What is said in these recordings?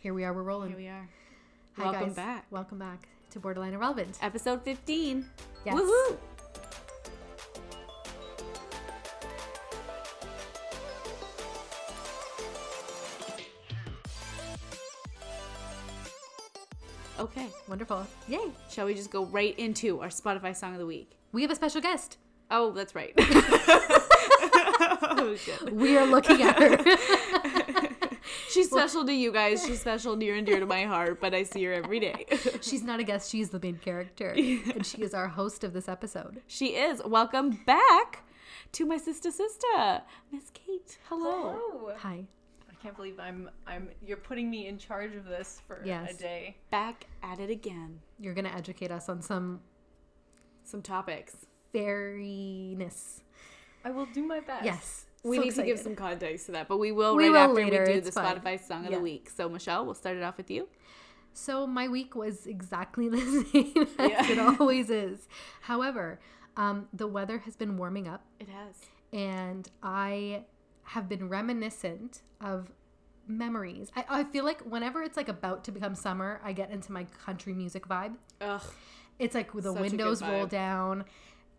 Here we are. We're rolling. Here we are. Hi, Welcome guys. back. Welcome back to Borderline Irrelevant. Episode 15. Yes. Woohoo! Okay, Wonderful. Yay. shall we just go right into our Spotify song of the week? We have a special guest. Oh, that's right. oh, shit. We are looking at her. She's special to you guys. She's special near and dear to my heart, but I see her every day. She's not a guest. She's the main character. And she is our host of this episode. She is. Welcome back to my sister sister, Miss Kate. Hello. Hello. Hi. I can't believe I'm I'm you're putting me in charge of this for Yes. a day. Back at it again. You're going to educate us on some Some topics. fairiness. I will do my best. Yes. We So need to give excited. some context to that, but we will We right will after later, we do it's the fine. Spotify song of Yeah. the week. So Michelle, we'll start it off with you. So my week was exactly the same as Yeah. it always is. However, um, the weather has been warming up. It has. and I have been reminiscent of memories. I, I feel like whenever it's like about to become summer, I get into my country music vibe. Ugh. It's like the Such a good windows roll vibe. down.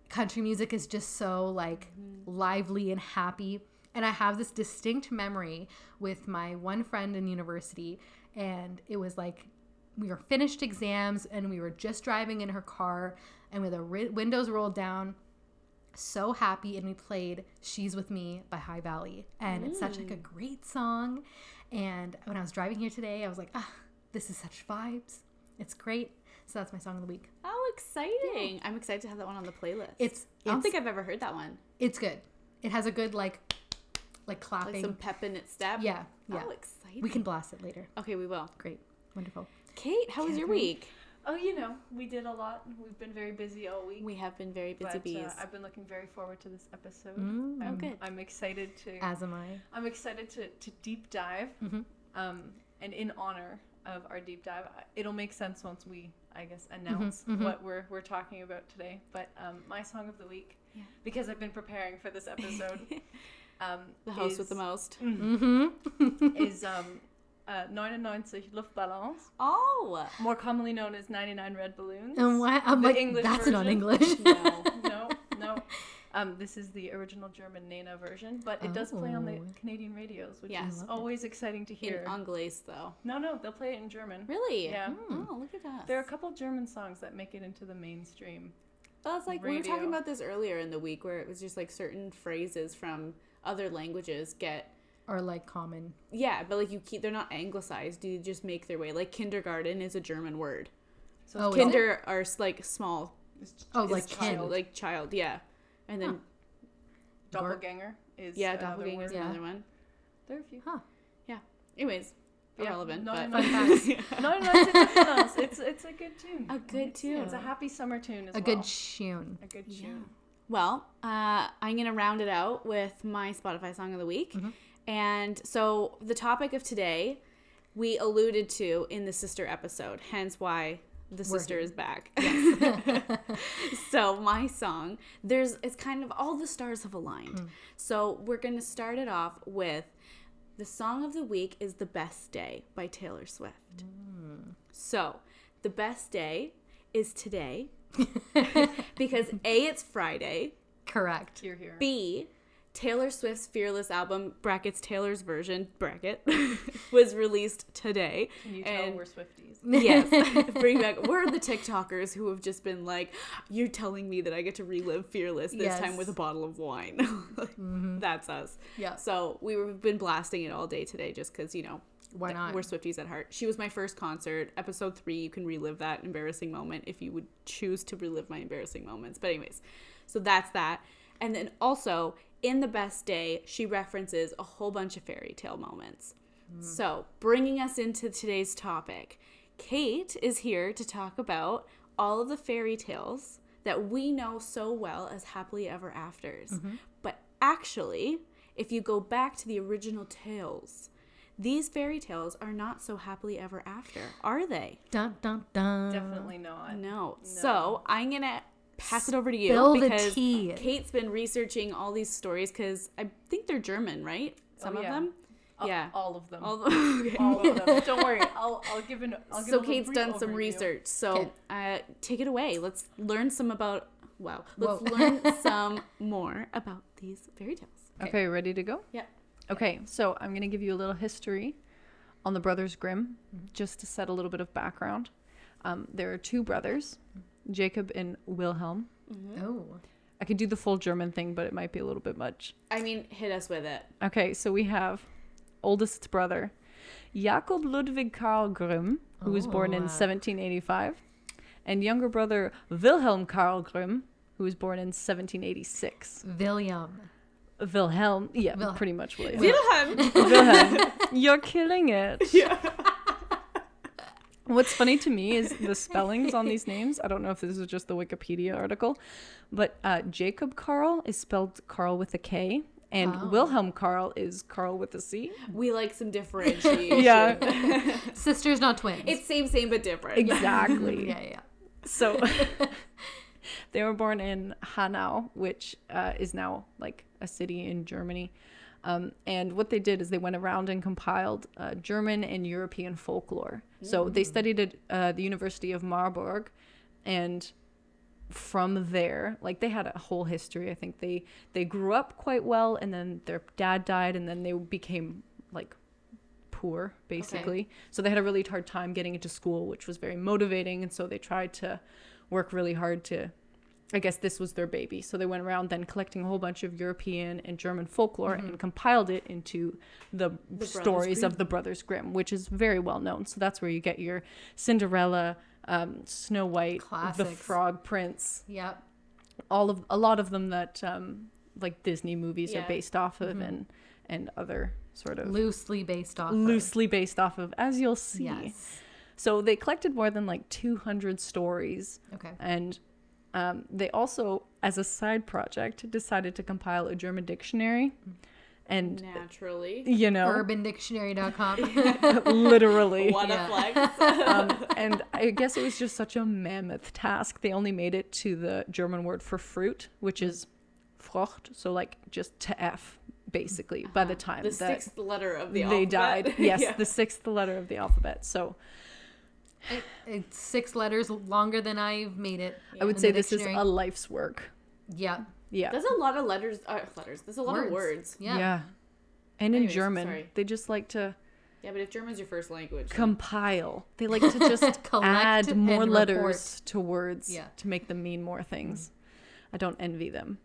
Country music is just so like Mm-hmm. lively and happy. And I have this distinct memory with my one friend in university, and it was like we were finished exams and we were just driving in her car, and with the ri- windows rolled down, so happy and we played she's with me by high valley and it's such Mm. like a great song and when i was driving here today i was like ah this is such vibes it's great so that's my song of the week How exciting. I'm excited to have that one on the playlist. it's I don't it's, think I've ever heard that one. it's good it has a good like like clapping Like some pep in its step. yeah yeah How exciting. we can blast it later Okay, we will. great wonderful Kate, how was your Catherine. week? Oh, you know, we did a lot. We've been very busy all week. We have been very busy but, uh, bees. Oh, I've been looking very forward to this episode. Mm-hmm. Mm. I'm, good. I'm excited to Uh, as am i I'm excited to, to deep dive. Mm-hmm. Mhm. Um, and in honor of our deep dive, I- it'll make sense once we, I guess, Mm-hmm. announce mhm. what we're, we're talking about today. But um, my song of the week, Yeah. because I've been preparing for this episode, um, the host is, with the most. mm-hmm is um, uh, 99 Luftballons, Oh. more commonly known as 99 Red Balloons. and why i'm The like English that's not version? english No. no, no. Um, this is the original German Nena version, but it does play on the Oh. Canadian radios, which Yeah. I is love it. always exciting to In hear. Anglais, though. no, no, they'll play it in German. Really? Yeah. Oh, look at us. There are a couple German songs that make it into the mainstream. Well, it's like we were talking radio. about this earlier in the week, where it was just like certain phrases from other languages get or like common yeah, but like you keep they're not anglicized. You just make their way. Like kindergarten is a German word. So Oh, is it? Kinder are s- like small, it's ch- oh is like child, kin like child, yeah. And then doppelganger is yeah, another doppelganger is word. yeah. another one. There are a few. Anyways, Yeah, irrelevant. not but enough facts. No, no, it's nothing else. It's it's a good tune. A good It's- yeah, It's a tune. happy summer tune as a well. good tune a good Yeah. tune. Well, uh, I'm going to round it out with my Spotify song of the week. Mm-hmm. And so the topic of today we alluded to in the sister episode, hence why the sister here. is back. so my song, there's it's kind of all the stars have aligned. So we're going to start it off with the song of the week is The Best Day by Taylor Swift. So, The Best Day is today because A it's Friday. correct Here, here. B, Taylor Swift's Fearless album, brackets Taylor's version, bracket, was released today. Can you tell and we're Swifties? yes, bring back. We're the TikTokers who have just been like, "You're telling me that I get to relive Fearless this Yes. time with a bottle of wine." Like, Mm-hmm. That's us. Yeah. So we've been blasting it all day today, just because you know why not we're Swifties at heart. She was my first concert. Episode three, you can relive that embarrassing moment if you would choose to relive my embarrassing moments. But, anyways, so that's that. And then also, in The Best Day, she references a whole bunch of fairy tale moments. Mm. So, bringing us into today's topic, Kate is here to talk about all of the fairy tales that we know so well as happily ever afters. Mm-hmm. But actually, if you go back to the original tales, these fairy tales are not so happily ever after, are they? Dun dun dun. Definitely not. No. So I'm gonna pass it over to you Spill the because tea. Kate's been researching all these stories because I think they're German, right? Some Oh, of yeah. them. Uh, Yeah. all of them. All the- okay. All of them. Don't worry. I'll I'll give an. I'll give a so little Kate's brief done some overview. research. So uh, take it away. Let's learn some about. Wow. Let's Whoa. learn some more about these fairy tales. Okay, ready to go? Yeah. Okay, so I'm going to give you a little history on the Brothers Grimm, just to set a little bit of background. Um, there are two brothers, Jacob and Wilhelm. Oh. I could do the full German thing, but it might be a little bit much. I mean, hit us with it. Okay, so we have oldest brother, Jakob Ludwig Karl Grimm, who was born in Oh. 1785, and younger brother, Wilhelm Karl Grimm, who was born in 1786. William. Wilhelm, yeah, Wilhelm. pretty much William. Wilhelm. Wilhelm, you're killing it. What's funny to me is the spellings on these names. I don't know if this is just the Wikipedia article, but uh, Jacob Carl is spelled Carl with a K, and Oh. Wilhelm Carl is Carl with a C. we like some differentiation. Yeah, Sisters, not twins. It's same, same, but different. exactly. yeah, yeah. So they were born in Hanau, which uh, is now like a city in Germany. Um, and what they did is they went around and compiled uh, German and European folklore. So they studied at uh, the University of Marburg, and from there, like they had a whole history. I think they they grew up quite well, and then their dad died, and then they became like poor basically. So they had a really hard time getting into school, which was very motivating, and so they tried to work really hard to I guess this was their baby. So they went around then collecting a whole bunch of European and German folklore Mm-hmm. and compiled it into the, Brothers stories Grimm. of the Brothers Grimm, which is very well known. So that's where you get your Cinderella, um, Snow White, the Classics. Frog Prince, Yep. all of a lot of them that um, like Disney movies Yeah. are based off of and and other sort of Mm-hmm. Loosely based off. of- loosely based off of, as you'll see. Yes. So they collected more than like 200 stories Okay. and um, they also, as a side project, decided to compile a German dictionary. And, Naturally. you know, UrbanDictionary.com. literally. What Yeah. a flex. Um, and I guess it was just such a mammoth task. They only made it to the German word for fruit, which is Frucht. So, like, just to F, basically, by the time Ah, the that sixth letter of the they alphabet. died. Yes, Yeah. the sixth letter of the alphabet. So, It- it's six letters longer than I've made it. I would in say the this is dictionary. a life's work. Yeah. Yeah. There's a lot of letters. Uh, letters. There's a lot of words. Yeah. And Anyways, in German, sorry. they just like to Yeah, but if German's your first language, compile. They like to just Collect add and more report. letters to words Yeah. Mm. to make them mean more things. I don't envy them.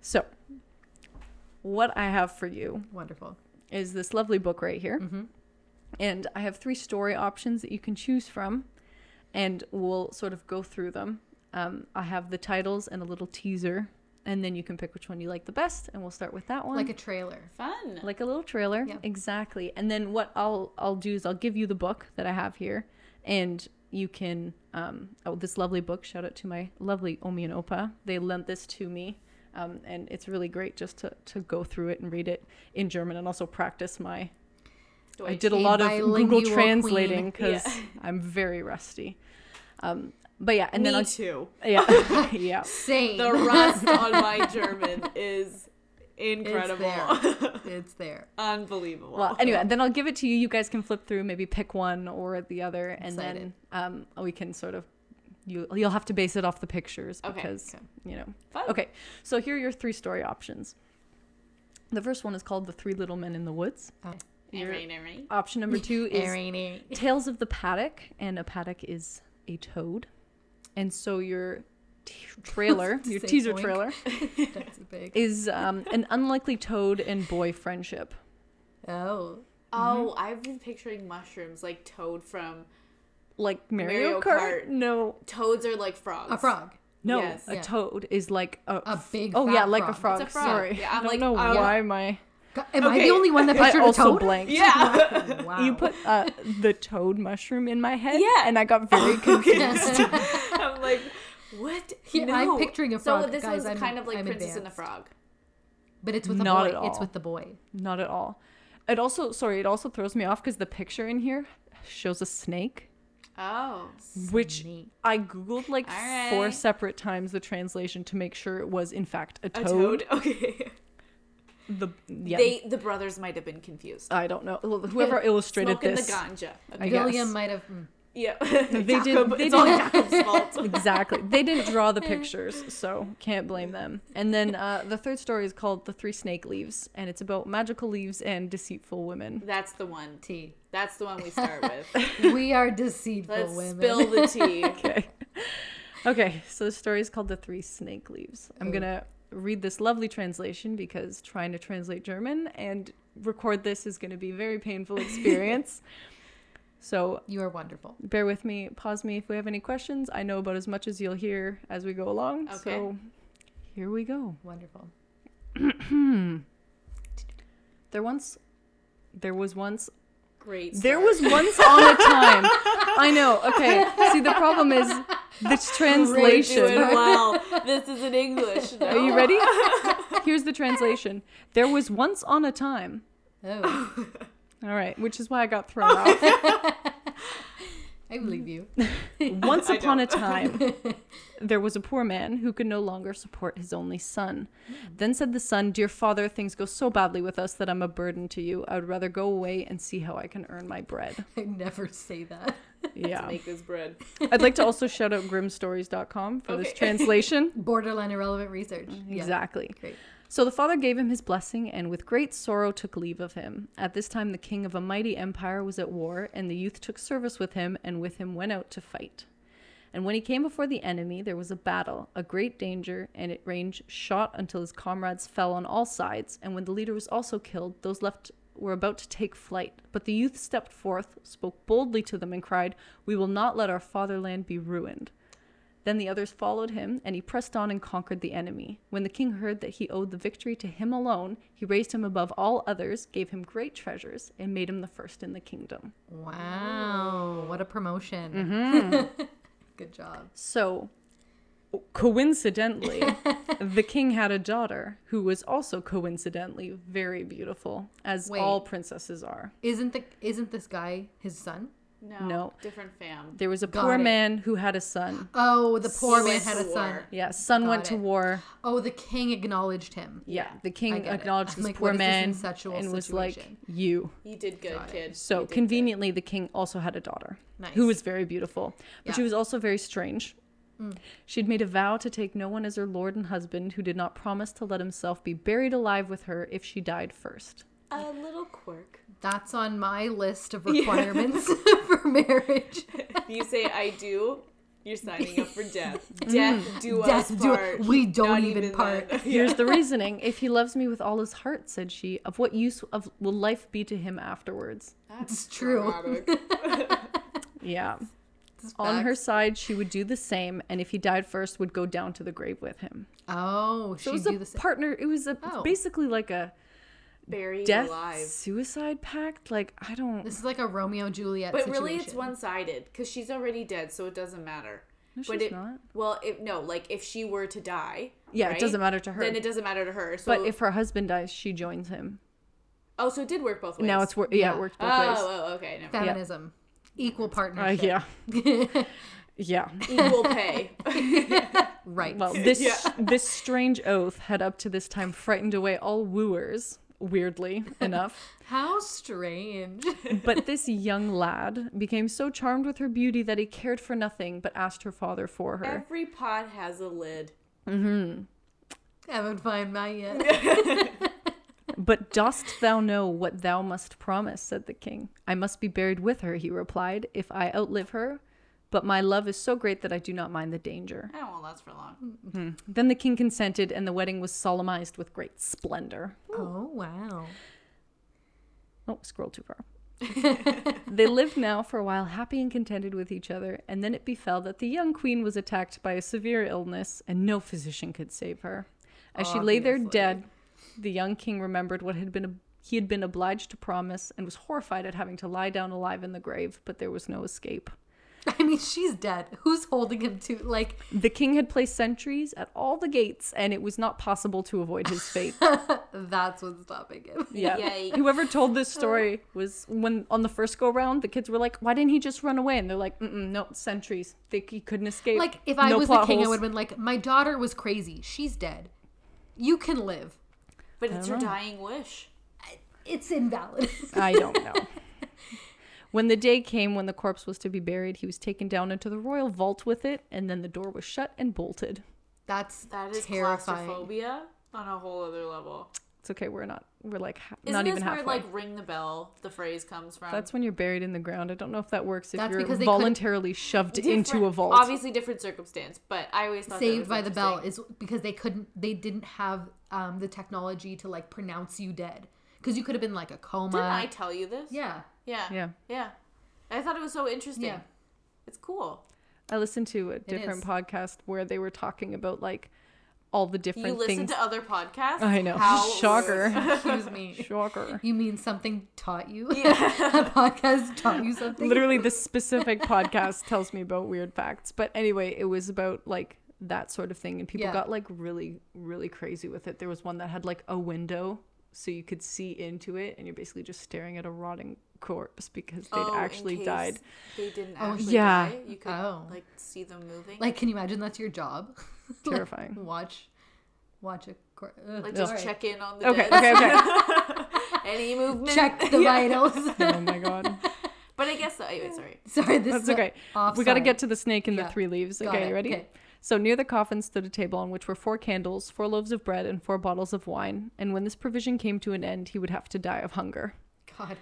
So, what I have for you Wonderful. is this lovely book right here. Mm-hmm. And I have three story options that you can choose from, and we'll sort of go through them. Um, I have the titles and a little teaser, and then you can pick which one you like the best, and we'll start with that one Like a trailer. fun. like a little trailer Yeah. exactly and then what i'll i'll do is i'll give you the book that i have here and you can um oh this lovely book shout out to my lovely omi and opa they lent this to me um, and it's really great just to, to go through it and read it in german and also practice my Do i did A a lot of bilingual google translating queen. because i'm very rusty um but yeah and Me then i'll too. yeah yeah Same. The rust on my German is incredible, it's there. unbelievable. Well, anyway, then I'll give it to you. You guys can flip through, maybe pick one or the other, and Excited. then um, we can sort of you you'll have to base it off the pictures Okay. because Okay. you know. Fun. Okay, so here are your three story options. The first one is called "The Three Little Men in the Woods." Oh. Your- Alright, alright. Option number two is Irene. "Tales of the Paddock," and a paddock is a toad, and so your t- trailer, your Say teaser boink. trailer, That's big. is um, an unlikely toad and boy friendship. Oh. Oh, I've been picturing mushrooms like toad from Like Mario Mario, Kart? Kart. No, toads are like frogs. A frog. No, Yes. a Yeah. toad is like a, A big, Oh yeah, fat like a frog. frog. It's a frog. Sorry, Yeah, I'm I don't like, know um, why my God, Am I Okay. the only one that I pictured a also toad? blanked. Yeah. Wow. You put uh, the toad mushroom in my head. Yeah. and I got very confused. I'm like, what? Yeah, no. I'm picturing a So frog. this Guys, one's I'm- kind of like I'm Princess and the advanced. Frog. But it's with Not a at boy. It's all. with the boy. Not at all. It also sorry, it also throws me off because the picture in here shows a snake, Oh, which Snake. I googled like All right. four separate times the translation to make sure it was in fact a a toad. toad. Okay. the yeah. They the brothers might have been confused. I don't know. Whoever illustrated Smoking this. the ganja. I Okay. guess. William might have. mm. Yeah. They did- they it's all did- Jacob's fault. exactly. They didn't draw the pictures, so can't blame them. And then uh, the third story is called The Three Snake Leaves, and it's about magical leaves and deceitful women. That's the one. Tea. That's the one we start with. We are deceitful Let's women. spill the tea. Okay. Okay, so the story is called The Three Snake Leaves. I'm Ooh. going to read this lovely translation because trying to translate German and record this is going to be a very painful experience. so you are wonderful. bear with me, pause me if we have any questions. I know about as much as you'll hear as we go along. Okay. So here we go. Wonderful. There once there was once Great. there start. was once on a time. I know. Okay. See the problem is this We're doing translation. well. This is in English. Are you ready? Here's the translation. There was once on a time. Oh, All right, which is why I got Oh, thrown off. I believe you. Once I upon a don't. time, there was a poor man who could no longer support his only son. Hmm. Then said the son, Dear father, things go so badly with us that I'm a burden to you. I would rather go away and see how I can earn my bread. I never say that. To Yeah. make this bread. I'd like to also shout out grimstories.com for this Okay. translation. Borderline irrelevant research. Yeah, Exactly. great. So the father gave him his blessing and with great sorrow took leave of him. At this time, the king of a mighty empire was at war, and the youth took service with him and with him went out to fight. And when he came before the enemy, there was a battle, a great danger, and it range shot until his comrades fell on all sides. And when the leader was also killed, those left were about to take flight. But the youth stepped forth, spoke boldly to them, and cried, We will not let our fatherland be ruined. Then the others followed him, and he pressed on and conquered the enemy. When the king heard that he owed the victory to him alone, he raised him above all others, gave him great treasures, and made him the first in the kingdom. Wow, what a promotion. Good job. So, coincidentally, the king had a daughter who was also coincidentally very beautiful, as Wait. all princesses are. Isn't the isn't this guy his son? No. No. Different fam. There was a Got poor it. man who had a son. Oh, the poor He man went had to a son. war. Yeah, son went Got to it. war. Oh, the king acknowledged him. Yeah, the I king get it. acknowledged I'm this like, poor what is this man incestual and was like, situation? "You." You did good, Got it. kid. You So did good. conveniently, the king also had a daughter Nice. who was very beautiful, but she Yeah. Mm. was also very strange. She had made a vow to take no one as her lord and husband who did not promise to let himself be buried alive with her if she died first. A little quirk. That's on my list of requirements for marriage. If you say I do, you're signing up for death. Mm. Death do Death us do- part. we don't Not even part. then. Here's the reasoning. If he loves me with all his heart, said she, of what use of will life be to him afterwards? That's It's true. dramatic. Yeah. It's On her facts. side, she would do the same, and if he died first, would go down to the grave with him. Oh, So she'd it was do a the same. partner. It was a Oh. basically like a Buried death alive. suicide pact. Like I don't. This is like a Romeo and Juliet But situation. really, it's one sided because she's already dead, so it doesn't matter. No, but she's it, not. Well, if, no, like if she were to die, Yeah, it right, doesn't matter to her. Then it doesn't matter to her. So, but if her husband dies, she joins him. oh, so it did work both ways. Now it's wor- yeah, it Yeah. worked both ways. oh, oh, okay, never. feminism, equal Oh, Uh, partnership. yeah, yeah. Equal pay. right. Well, this Yeah. this strange oath had up to this time frightened away all wooers. Weirdly enough, How strange. but this young lad became so charmed with her beauty that he cared for nothing but asked her father for her. Every pot has a lid. Haven't found mine yet. But dost thou know what thou must promise? said the king. I must be buried with her, he replied, if I outlive her. But my love is so great that I do not mind the danger. I don't want last for long. Then the king consented, and the wedding was solemnized with great splendor. Oh wow. Oh, scroll too far. they lived now for a while happy and contented with each other, and then it befell that the young queen was attacked by a severe illness, and no physician could save her. As she lay there Obviously. dead, the young king remembered what had been he had been obliged to promise, and was horrified at having to lie down alive in the grave, but there was no escape. I mean, she's dead. Who's holding him to? Like, The king had placed sentries at all the gates, and it was not possible to avoid his fate. that's what's stopping him. Yeah. Yikes. Whoever told this story was when on the first go round, the kids were like, "Why didn't he just run away?" And they're like, Mm-mm, "No, sentries. They, he couldn't escape." Like, if I No was the plot king, I holes." would have been like, my daughter was crazy. She's dead. You can live. But it's your know. dying wish. It's invalid. I don't know. when the day came when the corpse was to be buried, he was taken down into the royal vault with it, and then the door was shut and bolted. That's That is terrifying. claustrophobia on a whole other level. It's okay. We're not. We're like ha- Isn't not this even where halfway. like ring the bell the phrase comes from? That's when you're buried in the ground. I don't know if that works if That's you're because they voluntarily shoved into a Different- vault. Obviously different circumstance, but I always thought that was Saved by the Bell interesting. is because they couldn't. They didn't have um, the technology to like pronounce you dead because you could have been like a coma. Didn't I tell you this? Yeah. Yeah. Yeah. Yeah. I thought it was so interesting. Yeah. It's cool. I listened to a different is. podcast where they were talking about like all the You different listen things. to other podcasts? I know. How Shocker. Excuse me. Shocker. You mean something taught you? Yeah. a podcast taught you something? Literally, this specific podcast tells me about weird facts. But anyway, it was about like that sort of thing, and people Yeah. got like really, really crazy with it. There was one that had like a window so you could see into it, and you're basically just staring at a rotting corpse because they'd Oh, in actually case died. They didn't Oh, actually yeah. die. You could Oh. like see them moving. Like, can you imagine that's your job? Like, Terrifying. watch, watch a. Cor- ugh, Like, just sorry. check in on the Okay, dead. okay, okay. Any movement. Check the vitals. oh my god. But I guess anyway, sorry. sorry, this That's is a- okay. off. we got to sorry. get to the snake and Yeah. the three leaves. Got okay, it. you ready? Okay. So near the coffin stood a table on which were four candles, four loaves of bread, and four bottles of wine. And when this provision came to an end, he would have to die of hunger. God.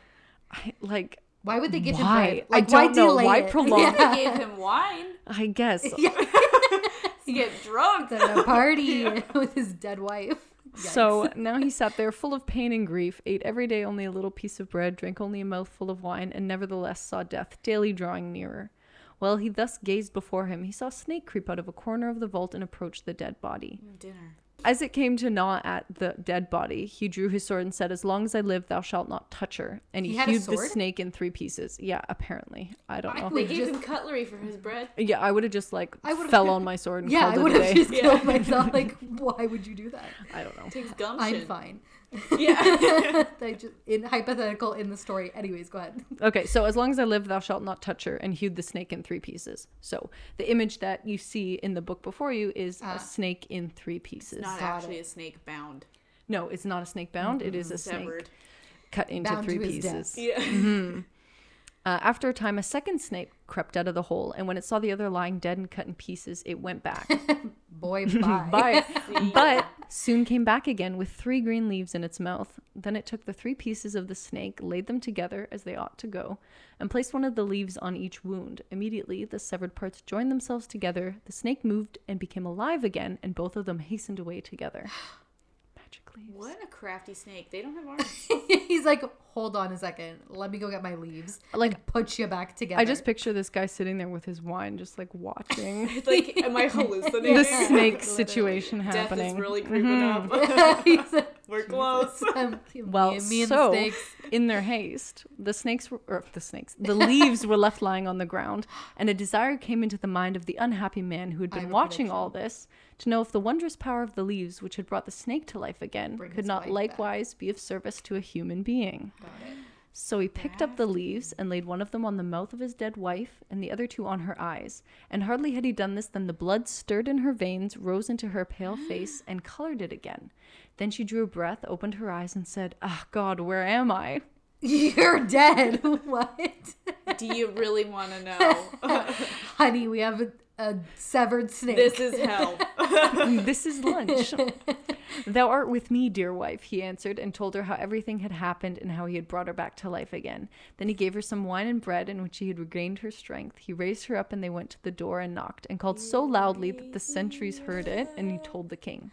I like. Why would they give him Why? bread? I don't know. delay Why it? prolong it? They gave him wine I guess. Yeah. to get drunk. He's at a party with his dead wife. So now he sat there full of pain and grief, ate every day only a little piece of bread, drank only a mouthful of wine, and nevertheless saw death daily drawing nearer. While he thus gazed before him, he saw a snake creep out of a corner of the vault and approach the dead body. Dinner. As it came to gnaw at the dead body, he drew his sword and said, As long as I live, thou shalt not touch her. And he, He had a hewed the sword? snake in three pieces. Yeah, apparently. I don't know. They would gave just- him cutlery for his bread. yeah, I would have just like I would've- fell on my sword and yeah, I called would it a have day. just killed myself. Like, why would you do that? I don't know. Takes I'm gumption. fine. Yeah. They just in hypothetical in the story. Anyways, go ahead. Okay, so as long as I live, thou shalt not touch her, and hewed the snake in three pieces. So the image that you see in the book before you is Ah. a snake in three pieces. Not Got actually a snake bound. no, it's not a snake bound, it is a Severed. snake Mm-hmm. cut into Bound three to his death. pieces. Yeah. Uh, after a time, a second snake crept out of the hole, and when it saw the other lying dead and cut in pieces, it went back. Boy, bye. Bye. but soon came back again with three green leaves in its mouth. Then it took the three pieces of the snake, laid them together as they ought to go, and placed one of the leaves on each wound. Immediately, the severed parts joined themselves together. The snake moved and became alive again, and both of them hastened away together. Magic leaves. What a crafty snake. They don't have arms. He's like, hold on a second. Let me go get my leaves. Like- Like, put you back together. I just picture this guy sitting there with his wine, just like watching like, am I hallucinating? the snake Literally. situation Death happening. Mm-hmm. is really creeping up. He's like, We're close. um, Well, me, me and so- the snakes. In their haste, the snakes were, or the snakes, the leaves were left lying on the ground, and a desire came into the mind of the unhappy man who had I been have a watching all this to know if the wondrous power of the leaves, which had brought the snake to life again, Bring could his not wife back. likewise be of service to a human being. So he picked up the leaves and laid one of them on the mouth of his dead wife and the other two on her eyes. And hardly had he done this than the blood stirred in her veins, rose into her pale face, and colored it again. Then she drew a breath, opened her eyes, and said, Ah, God, where am I? You're dead. what? Do you really want to know? Honey, we have a, a severed snake. This is hell. This is lunch. Thou art with me, dear wife, he answered, and told her how everything had happened and how he had brought her back to life again. Then he gave her some wine and bread, and when she had regained her strength, he raised her up, and they went to the door and knocked, and called so loudly that the sentries heard it, and he told the king.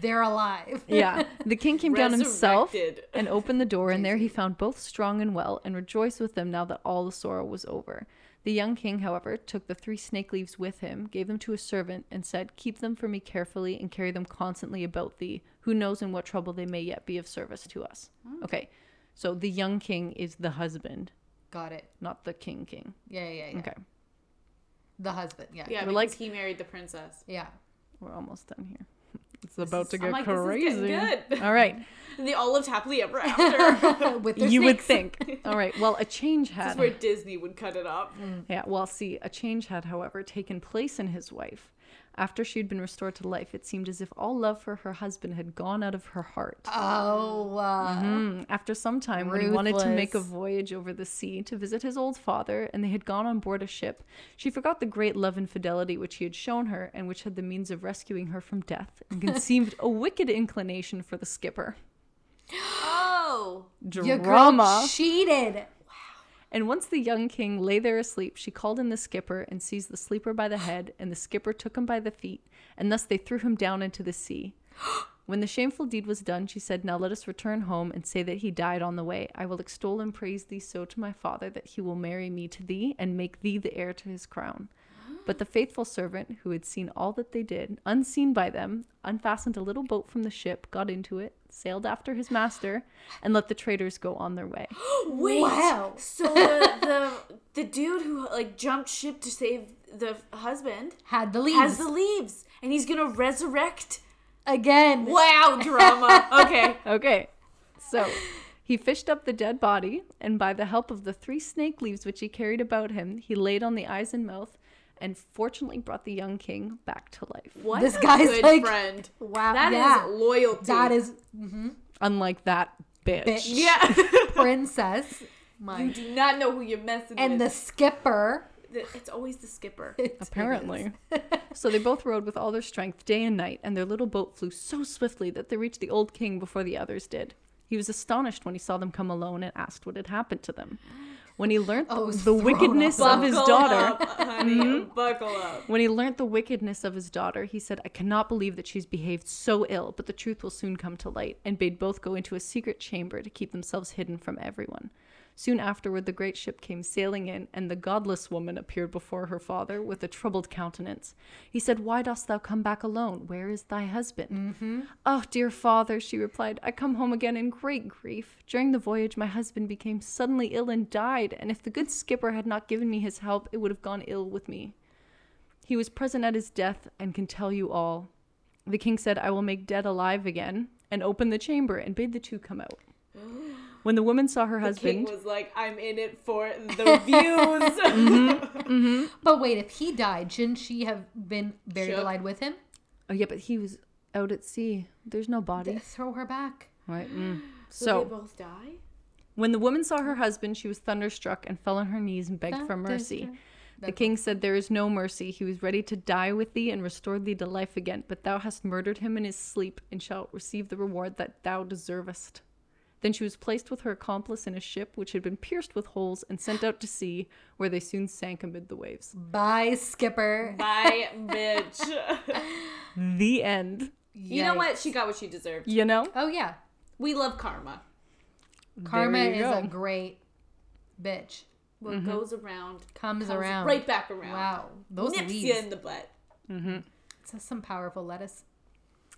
They're alive. Yeah. The king came down himself Resurrected. and opened the door, and there he found both strong and well, and rejoiced with them now that all the sorrow was over. The young king, however, took the three snake leaves with him, gave them to a servant, and said, Keep them for me carefully and carry them constantly about thee. Who knows in what trouble they may yet be of service to us. Oh. Okay. So the young king is the husband, Got it. not the king king. Yeah, yeah, yeah. Okay. The husband. Yeah. Yeah, We're because like- he married the princess. Yeah. We're almost done here. It's about to I'm get like, this is crazy. getting good. All right. And they all lived happily ever after. With their you would snakes. think. All right. Well, a change this is had Mm. where Disney would cut it up. Yeah, well, see, a change had, however, taken place in his wife. After she had been restored to life, it seemed as if all love for her husband had gone out of her heart. Oh, uh, Mm, After some time, when he wanted to make a Ruthless. voyage over the sea to visit his old father, and they had gone on board a ship, she forgot the great love and fidelity which he had shown her, and which had the means of rescuing her from death, and conceived a wicked inclination for the skipper. Oh. your Drama. girl cheated. And once the young king lay there asleep, she called in the skipper and seized the sleeper by the head, and the skipper took him by the feet, and thus they threw him down into the sea. When the shameful deed was done, she said, Now let us return home and say that he died on the way. I will extol and praise thee so to my father that he will marry me to thee and make thee the heir to his crown. But the faithful servant, who had seen all that they did, unseen by them, unfastened a little boat from the ship, got into it, sailed after his master, and let the traitors go on their way. Wait. Wow. So the, the the dude who like jumped ship to save the husband Had the leaves has the leaves, and he's gonna resurrect. again. Wow, drama. Okay. Okay. So he fished up the dead body, and by the help of the three snake leaves which he carried about him, he laid on the eyes and mouth, and fortunately brought the young king back to life. What This a guy's good like- friend. Wow, That is yeah. loyalty. That is Unlike that bitch. Bitch. yeah. princess. you My do not know who you're messing and the with. skipper. The, it's always the skipper. Apparently. so they both rowed with all their strength day and night, and their little boat flew so swiftly that they reached the old king before the others did. He was astonished when he saw them come alone and asked what had happened to them. When he learnt Oh, the- he's the thrown wickedness off. of his Buckle daughter, up, honey. Mm-hmm. Buckle up. When he learnt the wickedness of his daughter, he said, I cannot believe that she's behaved so ill, but the truth will soon come to light, and bade both go into a secret chamber to keep themselves hidden from everyone. Soon afterward, the great ship came sailing in, and the godless woman appeared before her father with a troubled countenance. He said, Why dost thou come back alone? Where is thy husband? Oh, dear father, she replied, I come home again in great grief. During the voyage, my husband became suddenly ill and died, and if the good skipper had not given me his help, it would have gone ill with me. He was present at his death and can tell you all. The king said, I will make dead alive again, and opened the chamber and bade the two come out. When the woman saw her King husband, was like, I'm in it for the views. But wait, if he died, shouldn't she have been buried Shook. alive with him? oh yeah, but he was out at sea. There's no body. Throw her back. Right. mm. So they So both die? when the woman saw her husband, she was thunderstruck and fell on her knees and begged for mercy. The king said, There is no mercy. He was ready to die with thee and restore thee to life again, but thou hast murdered him in his sleep and shalt receive the reward that thou deservest. Then she was placed with her accomplice in a ship which had been pierced with holes and sent out to sea, where they soon sank amid the waves. Bye, skipper. Bye, bitch. The end. you know what? Yikes. She got what she deserved. You know? Oh yeah, We love karma. karma There is you a go. great bitch. What goes around Comes, comes Mm-hmm. around. right back around. Wow, those Nips you leaves. in the butt. That's some powerful lettuce.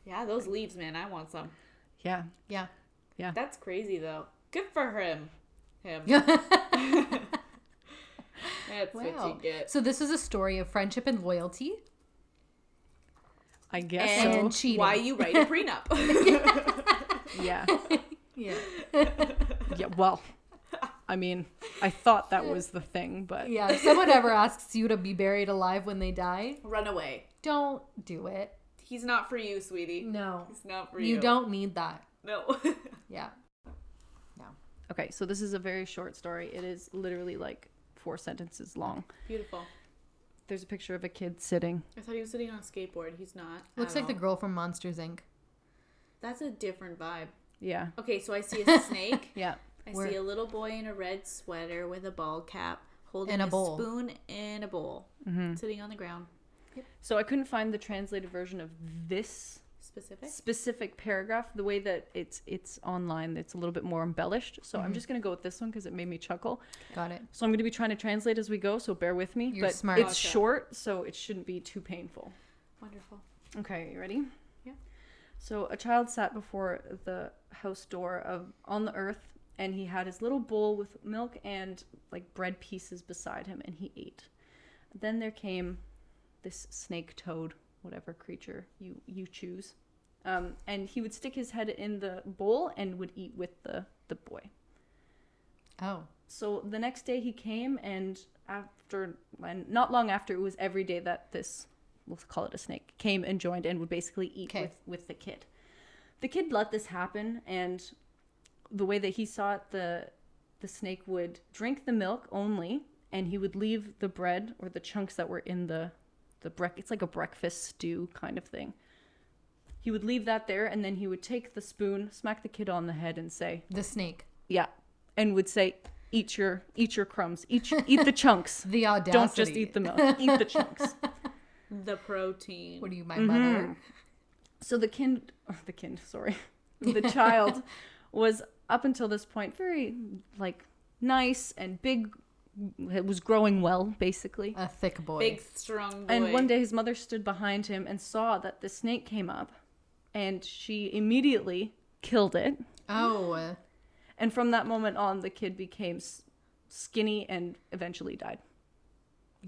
Yeah, those leaves, man. I want some. Yeah. Yeah. That's crazy though. Good for him. Him. That's what you Wow. get. So this is a story of friendship and loyalty I guess and so. cheating. Why you write a prenup? Yeah. Yeah. Yeah. Well, I mean, I thought that was the thing, but Yeah. If someone ever asks you to be buried alive when they die, Run away. don't do it. He's not for you, sweetie. No. He's not for you. You don't need that. No. Yeah. Okay, so this is a very short story. It is literally like four sentences long. Beautiful. There's a picture of a kid sitting. I thought he was sitting on a skateboard. He's not. at Looks like the all. girl from Monsters Inc. That's a different vibe. Yeah. Okay, so I see a snake. Yeah. I Where- see a little boy in a red sweater with a ball cap holding And a a, bowl. Mm-hmm. spoon in a bowl, sitting on the ground. So I couldn't find the translated version of this Specific. specific paragraph. The way that it's it's online, it's a little bit more embellished. So Mm-hmm. I'm just gonna go with this one because it made me chuckle. Got it. So I'm gonna be trying to translate as we go. So bear with me. You're but smart. It's Gotcha. short, so it shouldn't be too painful. Wonderful. Okay, you ready? Yeah. So a child sat before the house door of on the earth, and he had his little bowl with milk and like bread pieces beside him, and he ate. Then there came this snake toad, whatever creature you you choose, um, and he would stick his head in the bowl and would eat with the the boy. Oh. So the next day he came, and after and not long after, it was every day that this let's call it a snake, came and joined and would basically eat Okay. with, with the kid. The kid let this happen, and the way that he saw it, the the snake would drink the milk only, and he would leave the bread or the chunks that were in the the brec. It's like a breakfast stew kind of thing. He would leave that there, and then he would take the spoon, smack the kid on the head, and say, The snake. "Yeah," and would say, "Eat your eat your crumbs, eat your, eat the chunks." The audacity. Don't just eat the milk. Eat the chunks. The protein. What are you, my Mm-hmm. mother? So the kind, or the kind, sorry, the child was up until this point very like nice and big. It was growing well, basically. A thick Oh, boy. Big strong boy. And one day his mother stood behind him and saw that the snake came up, and she immediately killed it. Oh, uh, And from that moment on, the kid became s- skinny and eventually died.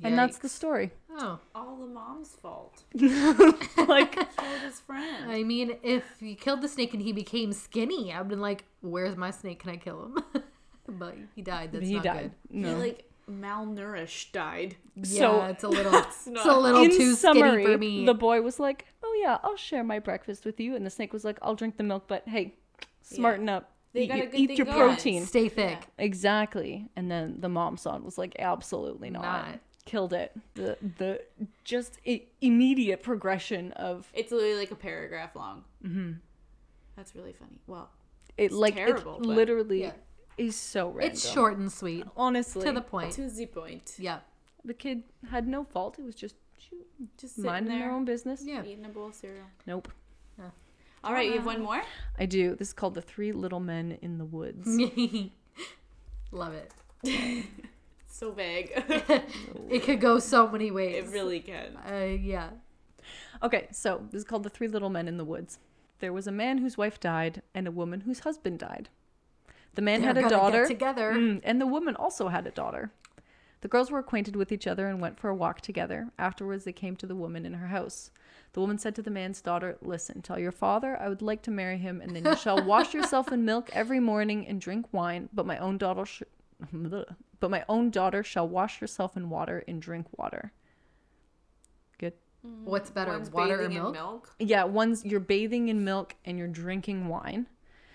And that's the yikes. story. Oh, all the mom's fault. like, Killed his friend. I mean, if you killed the snake and he became skinny, I'd been like, "Where's my snake? Can I kill him?" but he died. That's he not died. He No. like malnourished died. good. So- yeah, it's a little, it's a not- little in too summary, skinny for me. the boy was like, "Oh yeah, I'll share my breakfast with you," and the snake was like, "I'll drink the milk, but hey, smarten up, They eat, got a your- good eat thing your going. protein." Stay thick. Exactly. And then the mom saw it was like, "Absolutely not." Not. Killed it. The the just i- immediate progression of It's literally like a paragraph long. Mm-hmm. That's really funny. Well, it, like terrible, it but- literally Yeah. is so random. It's short and sweet Honestly, to the point. to the point. Yeah, the kid had no fault. It was just Just sitting minding their there, own business. yeah. eating a bowl of cereal. Nope. All right, you have one more. I do. This is called the Three Little Men in the Woods. Love it. So vague. It could go so many ways. it really can. Uh, yeah. Okay, so this is called The Three Little Men in the Woods. There was a man whose wife died and a woman whose husband died. The man They're had a gonna get daughter, together. Mm, and the woman also had a daughter. The girls were acquainted with each other and went for a walk together. Afterwards, they came to the woman in her house. The woman said to the man's daughter, Listen, tell your father I would like to marry him, and then you shall wash yourself in milk every morning and drink wine, but my own daughter. Sh- but my own daughter shall wash herself in water and drink water. Good. What's better, One's water or bathing in milk? Yeah, one's you're bathing in milk and you're drinking wine.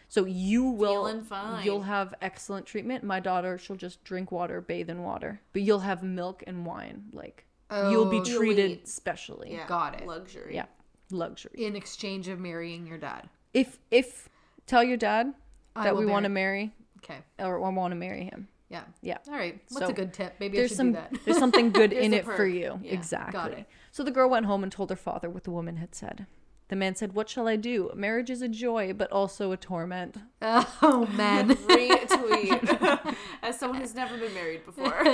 So you will Feeling fine. you'll have excellent treatment. My daughter, she'll just drink water, bathe in water. But you'll have milk and wine. Like you'll be Oh. You'll treated eat. specially. Yeah. Got it. Luxury. Yeah. Luxury. In exchange of marrying your dad. If if tell your dad I that will we want to marry- marry Okay. or I want to marry him. Yeah. Yeah. All right. What's So, a good tip? Maybe I there's should some do that. there's something good in the it for perk. you. Yeah, got exactly. it. So the girl went home and told her father what the woman had said. The man said, "What shall I do? Marriage is a joy, but also a torment." Oh man. Retweet. As someone who's never been married before.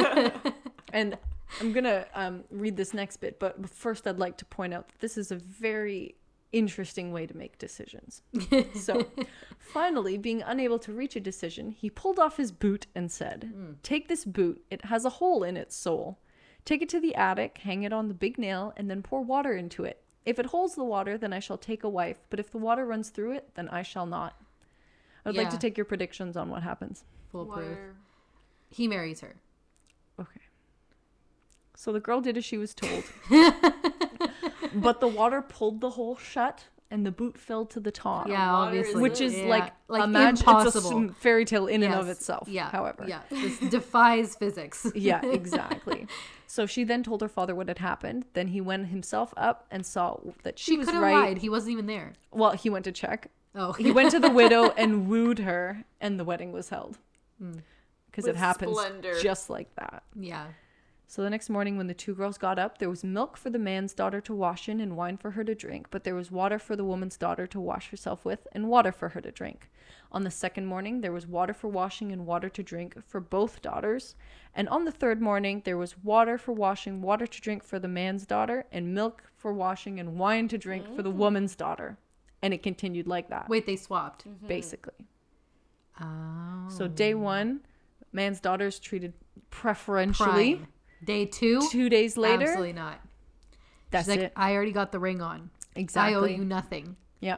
And I'm gonna um, read this next bit, but first I'd like to point out that this is a very interesting way to make decisions. so, finally, being unable to reach a decision, he pulled off his boot and said, "Take this boot; it has a hole in its sole. Take it to the attic, hang it on the big nail, and then pour water into it. If it holds the water, then I shall take a wife. But if the water runs through it, then I shall not." I'd like to Yeah. take your predictions on what happens. Foolproof. Water. He marries her. Okay. So the girl did as she was told. but the water pulled the hole shut and the boot fell to the top. Yeah, water is obviously. Which is Yeah. like, like imagine it's a impossible. s- fairy tale in and of Yes. itself. Yeah. However. Yeah. This defies physics. Yeah, exactly. so she then told her father what had happened. Then he went himself up and saw that she, She was could have right. lied. He wasn't even there. Well, he went to check. Oh. He went to the widow and wooed her, and the wedding was held. Mm. Because With it happens splendor. just like that. yeah. So the next morning, when the two girls got up, there was milk for the man's daughter to wash in and wine for her to drink, but there was water for the woman's daughter to wash herself with and water for her to drink. On the second morning, there was water for washing and water to drink for both daughters. And on the third morning, there was water for washing, water to drink for the man's daughter, and milk for washing and wine to drink for Mm-hmm. the woman's daughter. And it continued like that, Wait, they swapped. basically. Mm-hmm. Oh. So day one, man's daughter is treated preferentially. Prime. Day two. Two days later, Absolutely not. that's She's like, it. I already got the ring on. Exactly. I owe you nothing. Yeah.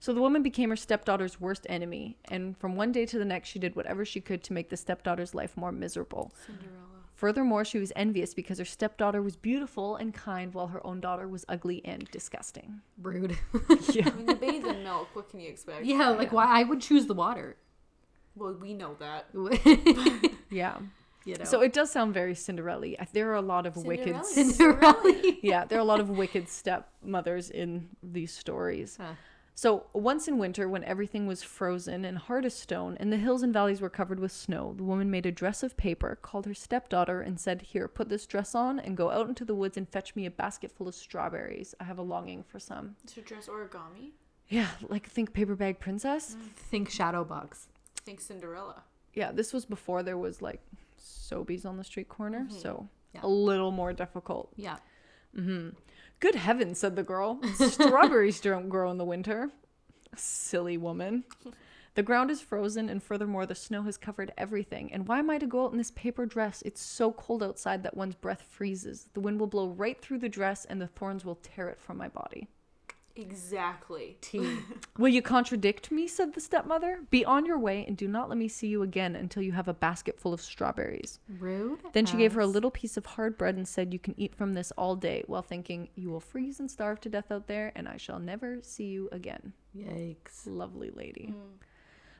So the woman became her stepdaughter's worst enemy, and from one day to the next, she did whatever she could to make the stepdaughter's life more miserable. Cinderella. Furthermore, she was envious because her stepdaughter was beautiful and kind while her own daughter was ugly and disgusting. Rude. Yeah. When you bathe in milk, what can you expect? yeah, like why I would choose the water. Well, we know that. you Yeah. know. So it does sound very Cinderella. There are a lot of wicked Cinderella? Cinderella. yeah, there are a lot of wicked stepmothers in these stories. Huh. So, once in winter, when everything was frozen and hard as stone, and the hills and valleys were covered with snow, the woman made a dress of paper, called her stepdaughter, and said, Here, put this dress on and go out into the woods and fetch me a basket full of strawberries. I have a longing for some. To dress origami, Yeah, like think paper bag princess. Think shadow box. think Cinderella. Yeah, this was before there was like Sobeys on the street corner, so Yeah. a little more difficult. Yeah. Good heavens, said the girl. Strawberries don't grow in the winter. Silly woman. The ground is frozen, and furthermore, the snow has covered everything. And why am I to go out in this paper dress? It's so cold outside that one's breath freezes. The wind will blow right through the dress, and the thorns will tear it from my body. Exactly. Tea. Will you contradict me? said the stepmother. Be on your way, and do not let me see you again until you have a basket full of strawberries. Rude. Then she gave her a as- little piece of hard bread and said, You can eat from this all day, while thinking, You will freeze and starve to death out there, and I shall never see you again. Yikes. Lovely lady. Hmm.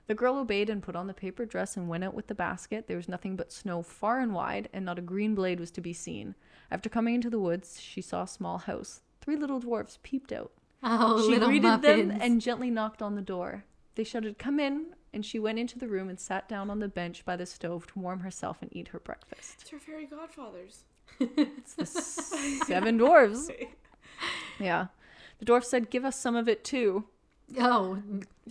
The girl obeyed and put on the paper dress and went out with the basket. There was nothing but snow far and wide, and not a green blade was to be seen. After coming into the woods, she saw a small house. Three little dwarfs peeped out. Oh, she little greeted muffins. them and gently knocked on the door. They shouted, Come in! And she went into the room and sat down on the bench by the stove to warm herself and eat her breakfast. It's her fairy godfathers. The seven dwarves. Yeah. The dwarf said, Give us some of it too. oh,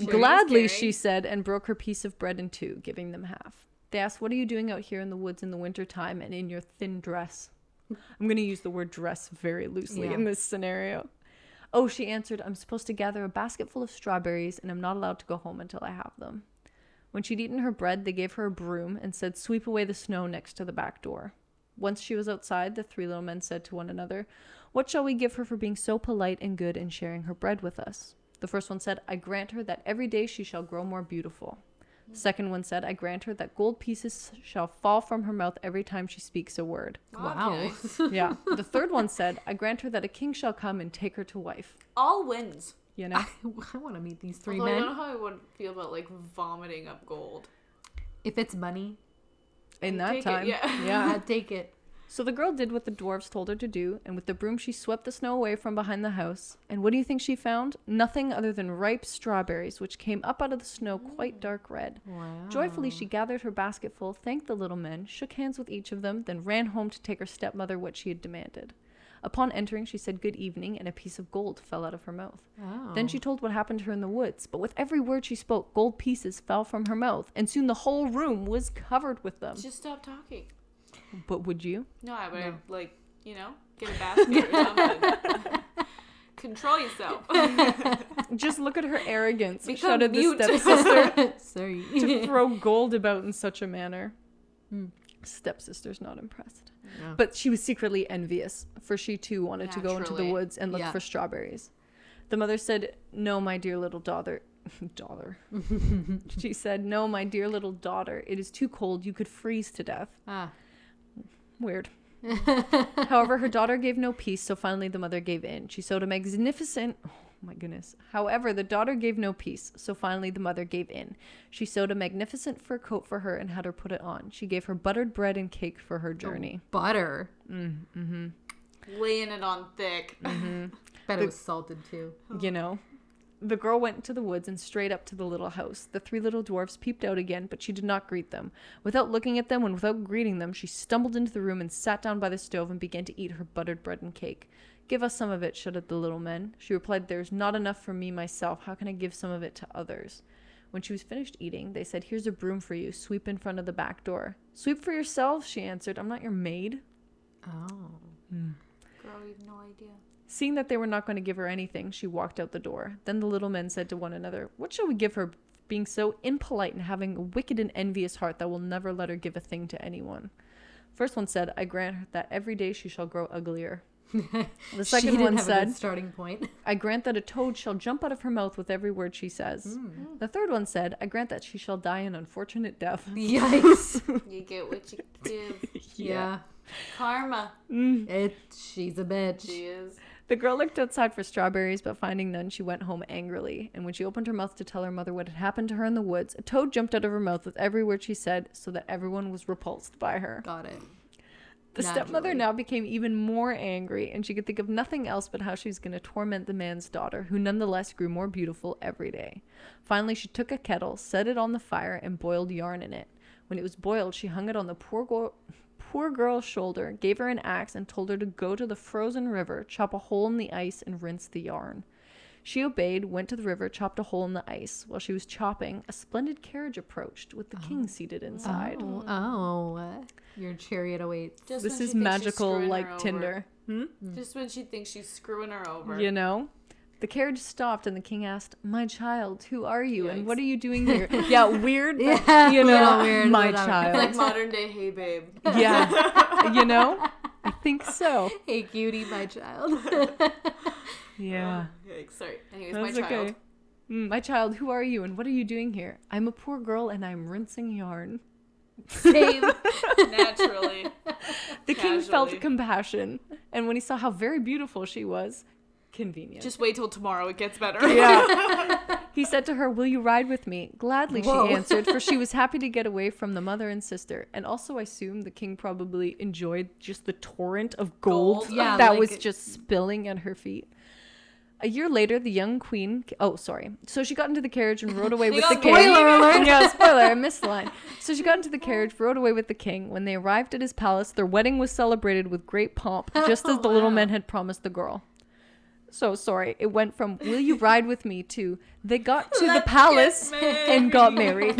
Sure, Gladly, he's she scary. said, and broke her piece of bread in two, giving them half. They asked, What are you doing out here in the woods in the wintertime and in your thin dress? I'm going to use the word dress very loosely Yeah. in this scenario. Oh, she answered, I'm supposed to gather a basket full of strawberries and I'm not allowed to go home until I have them. When she'd eaten her bread, they gave her a broom and said, Sweep away the snow next to the back door. Once she was outside, the three little men said to one another, What shall we give her for being so polite and good and sharing her bread with us? The first one said, I grant her that every day she shall grow more beautiful. Hmm. The second one said, I grant her that gold pieces shall fall from her mouth every time she speaks a word. wow. Bobcats. Yeah. the third one said, I grant her that a king shall come and take her to wife. All wins. You know? I, I want to meet these three Although I don't men. know how I would feel about like vomiting up gold. If it's money, In Take that it, time. yeah. yeah. I'd take it. So the girl did what the dwarves told her to do, and with the broom she swept the snow away from behind the house. And what do you think she found? Nothing other than ripe strawberries, which came up out of the snow Mm. quite dark red. Wow. Joyfully, Ah. she gathered her basketful, thanked the little men, shook hands with each of them, then ran home to take her stepmother what she had demanded. Upon entering, she said good evening, and a piece of gold fell out of her mouth. Oh. Then she told what happened to her in the woods, but with every word she spoke, gold pieces fell from her mouth, and soon the whole room was covered with them. Just stop talking. But would you? No, I would like you know get a basket or something. Control yourself. Just look at her arrogance, Become shouted mute. the stepsister Sorry. to throw gold about in such a manner. Stepsister's not impressed. No. But she was secretly envious, for she too wanted to go into the Naturally. woods and look Yeah. for strawberries. The mother said, No, my dear little daughter. daughter. she said, No, my dear little daughter. It is too cold. You could freeze to death. Ah. Weird. However, her daughter gave no peace, so finally the mother gave in. She sewed a magnificent. Oh my goodness. However, the daughter gave no peace, so finally the mother gave in. She sewed a magnificent fur coat for her and had her put it on. She gave her buttered bread and cake for her journey. Butter. Laying it on thick. Bet it was salted too. You know? The girl went into the woods and straight up to the little house. The three little dwarfs peeped out again, but she did not greet them. Without looking at them and without greeting them, she stumbled into the room and sat down by the stove and began to eat her buttered bread and cake. Give us some of it, shouted the little men. She replied, There is not enough for me myself. How can I give some of it to others? When she was finished eating, they said, Here's a broom for you. Sweep in front of the back door. Sweep for yourself, she answered. I'm not your maid. Oh. Girl, you've no idea. Seeing that they were not going to give her anything, she walked out the door. Then the little men said to one another, What shall we give her, being so impolite and having a wicked and envious heart that will never let her give a thing to anyone? First one said, I grant her that every day she shall grow uglier. The she second didn't one have a said, good starting point. I grant that a toad shall jump out of her mouth with every word she says. Hmm. The third one said, I grant that she shall die an unfortunate death. Yikes. You get what you give. yeah. Karma. It, she's a bitch. She is. The girl looked outside for strawberries, but finding none, she went home angrily. And when she opened her mouth to tell her mother what had happened to her in the woods, a toad jumped out of her mouth with every word she said, so that everyone was repulsed by her. Got it. The stepmother Naturally. now became even more angry, and she could think of nothing else but how she was going to torment the man's daughter, who nonetheless grew more beautiful every day. Finally, she took a kettle, set it on the fire, and boiled yarn in it. When it was boiled, she hung it on the poor girl. Poor girl's shoulder, gave her an axe, and told her to go to the frozen river, chop a hole in the ice, and rinse the yarn. She obeyed, went to the river, chopped a hole in the ice. While she was chopping, a splendid carriage approached with the Oh. king seated inside. Oh, oh, your chariot awaits. Just when This is she thinks she's magical, screwing her like over. Tinder. Just when she thinks she's screwing her over. You know? The carriage stopped and the king asked, My child, who are you and what Yikes. are you doing here? yeah, weird. but, Yeah, you little know, weird, my whatever. Like child. modern day, hey babe. yeah. You know? I think so. Hey, cutie, my child. Yeah. Yikes, sorry. Anyways, That's my child. okay. Mm, my child, who are you and what are you doing here? I'm a poor girl and I'm rinsing yarn. Same. Naturally. The king felt Casually. compassion, and when he saw how very beautiful she was, convenient. Just wait till tomorrow. It gets better. Yeah. he said to her, Will you ride with me? Gladly, Whoa. she answered, for she was happy to get away from the mother and sister. And also, I assume the king probably enjoyed just the torrent of gold, Gold. Yeah, that like was it- just spilling at her feet. A year later, the young queen. Oh, sorry. So she got into the carriage and rode away They with got the king. spoiler alert. yeah, spoiler. I missed the line. So she got into the carriage, rode away with the king. When they arrived at his palace, their wedding was celebrated with great pomp, just Oh, as the little men had promised the girl so sorry. It went from "Will you ride with me?" to "They got to the palace and got married."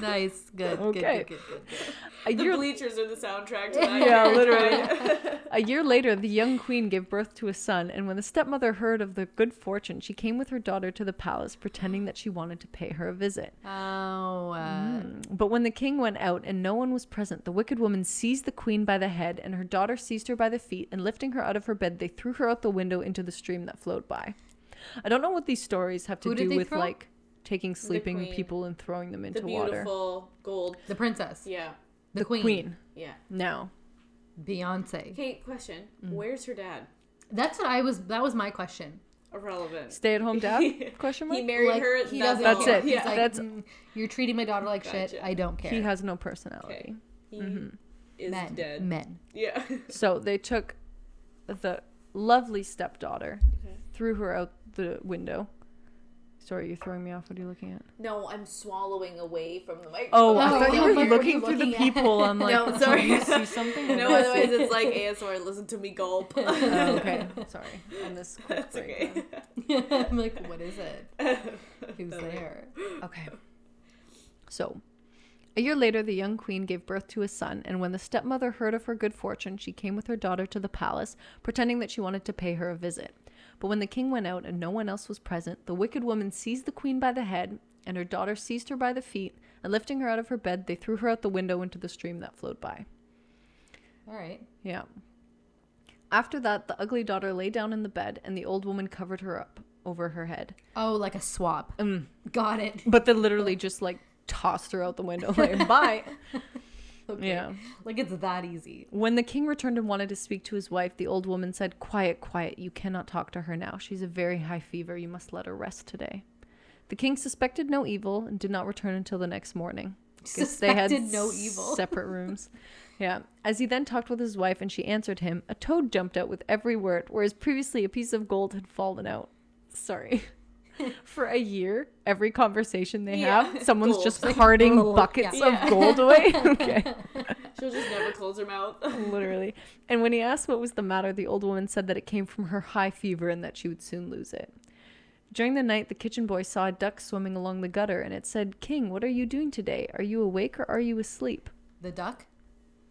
nice. Good. Okay. Good, good, good, good. a The year, bleachers are the soundtrack tonight. yeah, literally. a year later, the young queen gave birth to a son, and when the stepmother heard of the good fortune, she came with her daughter to the palace, pretending that she wanted to pay her a visit. Oh, uh, But when the king went out and no one was present, the wicked woman seized the queen by the head, and her daughter seized her by the feet, and lifting her out of her bed, they threw her out the window into the stream that flowed by. I don't know what these stories have to Who did do they with throw? like taking sleeping queen. people and throwing them the into water. beautiful gold. the princess, Yeah. the, queen, Mm. Queen. Yeah. No. Beyonce. Okay, question. Mm. Where's her dad? That's what I was. That was my question. Irrelevant. Stay at home dad? Question mark. He He, married Like, her. he that's doesn't. all. That's care. it. He's Yeah. like, That's- "Mm, you're treating my daughter like shit. Gotcha. I don't care. has no personality. Okay. He mm-hmm. is men. dead. Men. Yeah. So they took the lovely stepdaughter, threw her out the window. Sorry, you're throwing me off. What are you looking at? No, I'm swallowing away from the microphone. Oh, Oh, I thought you yeah, were what were you looking through the looking at? people. I'm like, No, "Did sorry. you see something? No, What otherwise is it?" it's like ASMR, listen to me gulp. Oh, okay, sorry. On this quick That's break okay. then. I'm like, what is it? Who's there? Okay. So, a year later, the young queen gave birth to a son, and when the stepmother heard of her good fortune, she came with her daughter to the palace, pretending that she wanted to pay her a visit. But when the king went out and no one else was present, the wicked woman seized the queen by the head, and her daughter seized her by the feet, and lifting her out of her bed, they threw her out the window into the stream that flowed by. All right. Yeah. After that, the ugly daughter lay down in the bed, and the old woman covered her up over her head. Oh, like a swap. Mm. Got it. But they literally just like tossed her out the window, like, bye. Okay. Yeah. Like it's that easy. When the king returned and wanted to speak to his wife, the old woman said, Quiet, quiet, you cannot talk to her now. She's a very high fever. You must let her rest today. The king suspected no evil and did not return until the next morning. 'Cause Suspected no evil. separate rooms. Yeah. As he then talked with his wife and she answered him, a toad jumped out with every word, whereas previously a piece of gold had fallen out. Sorry. For a year, every conversation they Yeah. have, someone's Gold. just Like carting gold. buckets Yeah. Yeah. of gold away. Okay. She'll just never close her mouth. Literally. And when he asked what was the matter, the old woman said that it came from her high fever and that she would soon lose it. During the night, the kitchen boy saw a duck swimming along the gutter and it said, King, what are you doing today? Are you awake or are you asleep? The duck?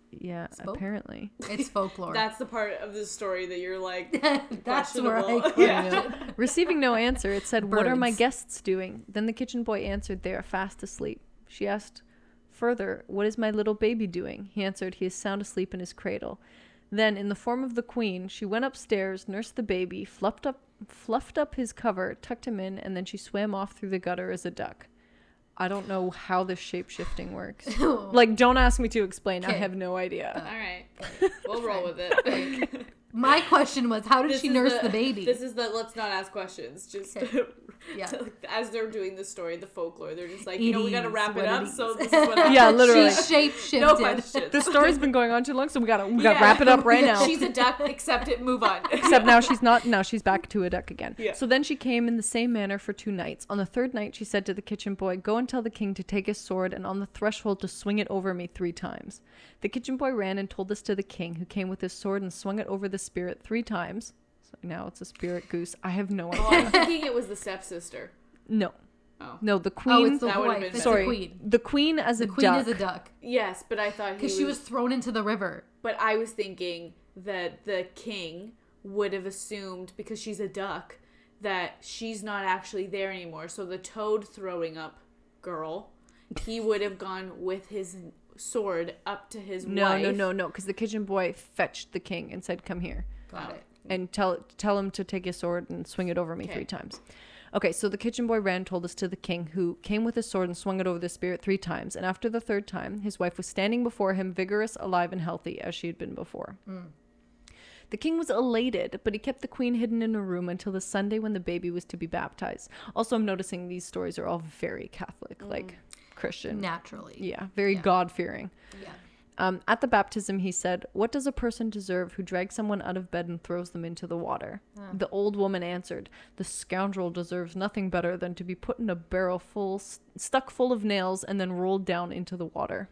Yeah, Spoke? apparently. It's folklore. That's the part of the story that you're like, That's where I questionable. got Yeah. it. Receiving no answer, it said, What are my Birds. guests doing? Then the kitchen boy answered, They are fast asleep. She asked further, What is my little baby doing? He answered, He is sound asleep in his cradle. Then, in the form of the queen, she went upstairs, nursed the baby, fluffed up, fluffed up his cover, tucked him in, and then she swam off through the gutter as a duck. I don't know how this shape shifting works. Oh. like, don't ask me to explain. I Okay. have no idea. All right. We'll roll with it. My question was, how did This she is nurse the, baby? This is the let's not ask questions. Just Okay. Yeah. as they're doing the story, the folklore, they're just like, you know, we gotta is wrap it what it up. is. So this is what happened. Yeah, literally. She shape shifted. No questions. This story's been going on too long, so we gotta we gotta Uh. Yeah. wrap it up right now. She's a duck. Accept it. Move on. Oh, Except now she's not. Now she's back to a duck again. Yeah. So then she came in the same manner for two nights. On the third night, she said to the kitchen boy, "Go and tell the king to take his sword and on the threshold to swing it over me three times." The kitchen boy ran and told this to the king, who came with his sword and swung it over the spirit three times. So now it's a spirit goose. I have no Oh, idea. I'm thinking it was the stepsister. No, Oh. no, the queen. Oh, it's the That would've wife. been It's sorry, the queen. the queen as The a queen duck. is a duck Yes, but I thought he because she was thrown into the river. But I was thinking that the king would have assumed because she's a duck that she's not actually there anymore. So the toad throwing up girl, he would have gone with his sword up to his no, wife. no, no, no, because the kitchen boy fetched the king and said, "Come here." Got Oh. it. and tell tell him to take his sword and swing it over me Okay. three times. Okay, so the kitchen boy ran and told this to the king, who came with his sword and swung it over the spirit three times. And after the third time, his wife was standing before him, vigorous, alive, and healthy as she had been before. The king was elated, but he kept the queen hidden in a room until the Sunday when the baby was to be baptized. Also, I'm noticing these stories are all very Catholic, like Christian. Naturally. Yeah, very Yeah. God fearing. Yeah. Um, at the baptism, he said, What does a person deserve who drags someone out of bed and throws them into the water? Ah. The old woman answered, The scoundrel deserves nothing better than to be put in a barrel full, stuck full of nails, and then rolled down into the water.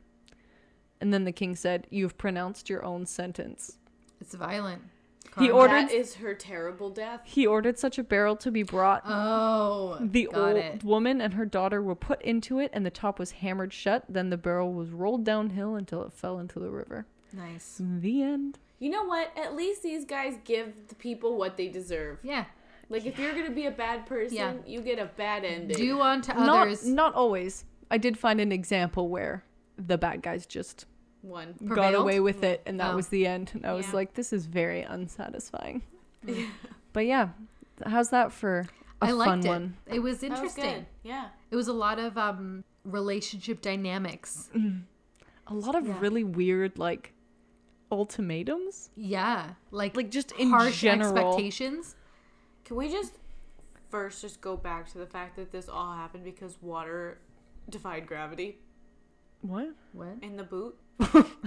And then the king said, You've pronounced your own sentence. It's violent. He Karma. ordered- That is her terrible death. He ordered such a barrel to be brought. Oh, the got old it. woman and her daughter were put into it, and the top was hammered shut. Then the barrel was rolled downhill until it fell into the river. Nice. The end. You know what? At least these guys give the people what they deserve. Yeah. Like if you're gonna be a bad person, Yeah. you get a bad ending. Do unto not, others. Not always. I did find an example where the bad guys just one. got Prevailed? away with it, and that Oh. was the end. And I was Yeah. like, this is very unsatisfying. but yeah, how's that for a Mm. I liked fun it. one? It was That was good. interesting. Yeah. It was a lot of um, relationship dynamics. A lot of Yeah. really weird like ultimatums, Yeah, like like just in harsh general. expectations. Can we just first just go back to the fact that this all happened because water defied gravity What? What? in the boot?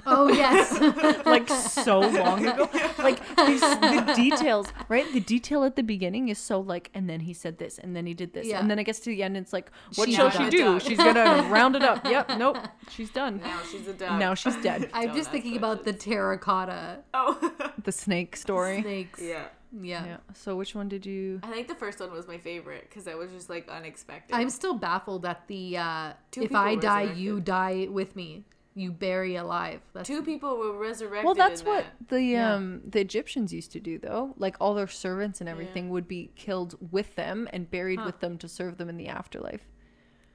Oh yes, like so long ago. Like these, the details, right? The detail at the beginning is so like, and then he said this, and then he did this, Yeah. and then it gets to the end, and it's like, what She's shall done. she do? Done. She's gonna round it up. Yep. Nope. She's done. Now she's a duck. Now she's dead. I'm Don't just ask thinking about the terracotta Oh. The snake story. snakes. Yeah, yeah. Yeah. So which one did you? I think the first one was my favorite because that was just like unexpected. I'm still baffled at the uh, Two if people I die, resurrected. you die with me. You bury alive. That's Two people were resurrected. Well, that's in what that. the Yeah. um the Egyptians used to do though. Like all their servants and everything would be killed with them and buried Huh. with them to serve them in the afterlife.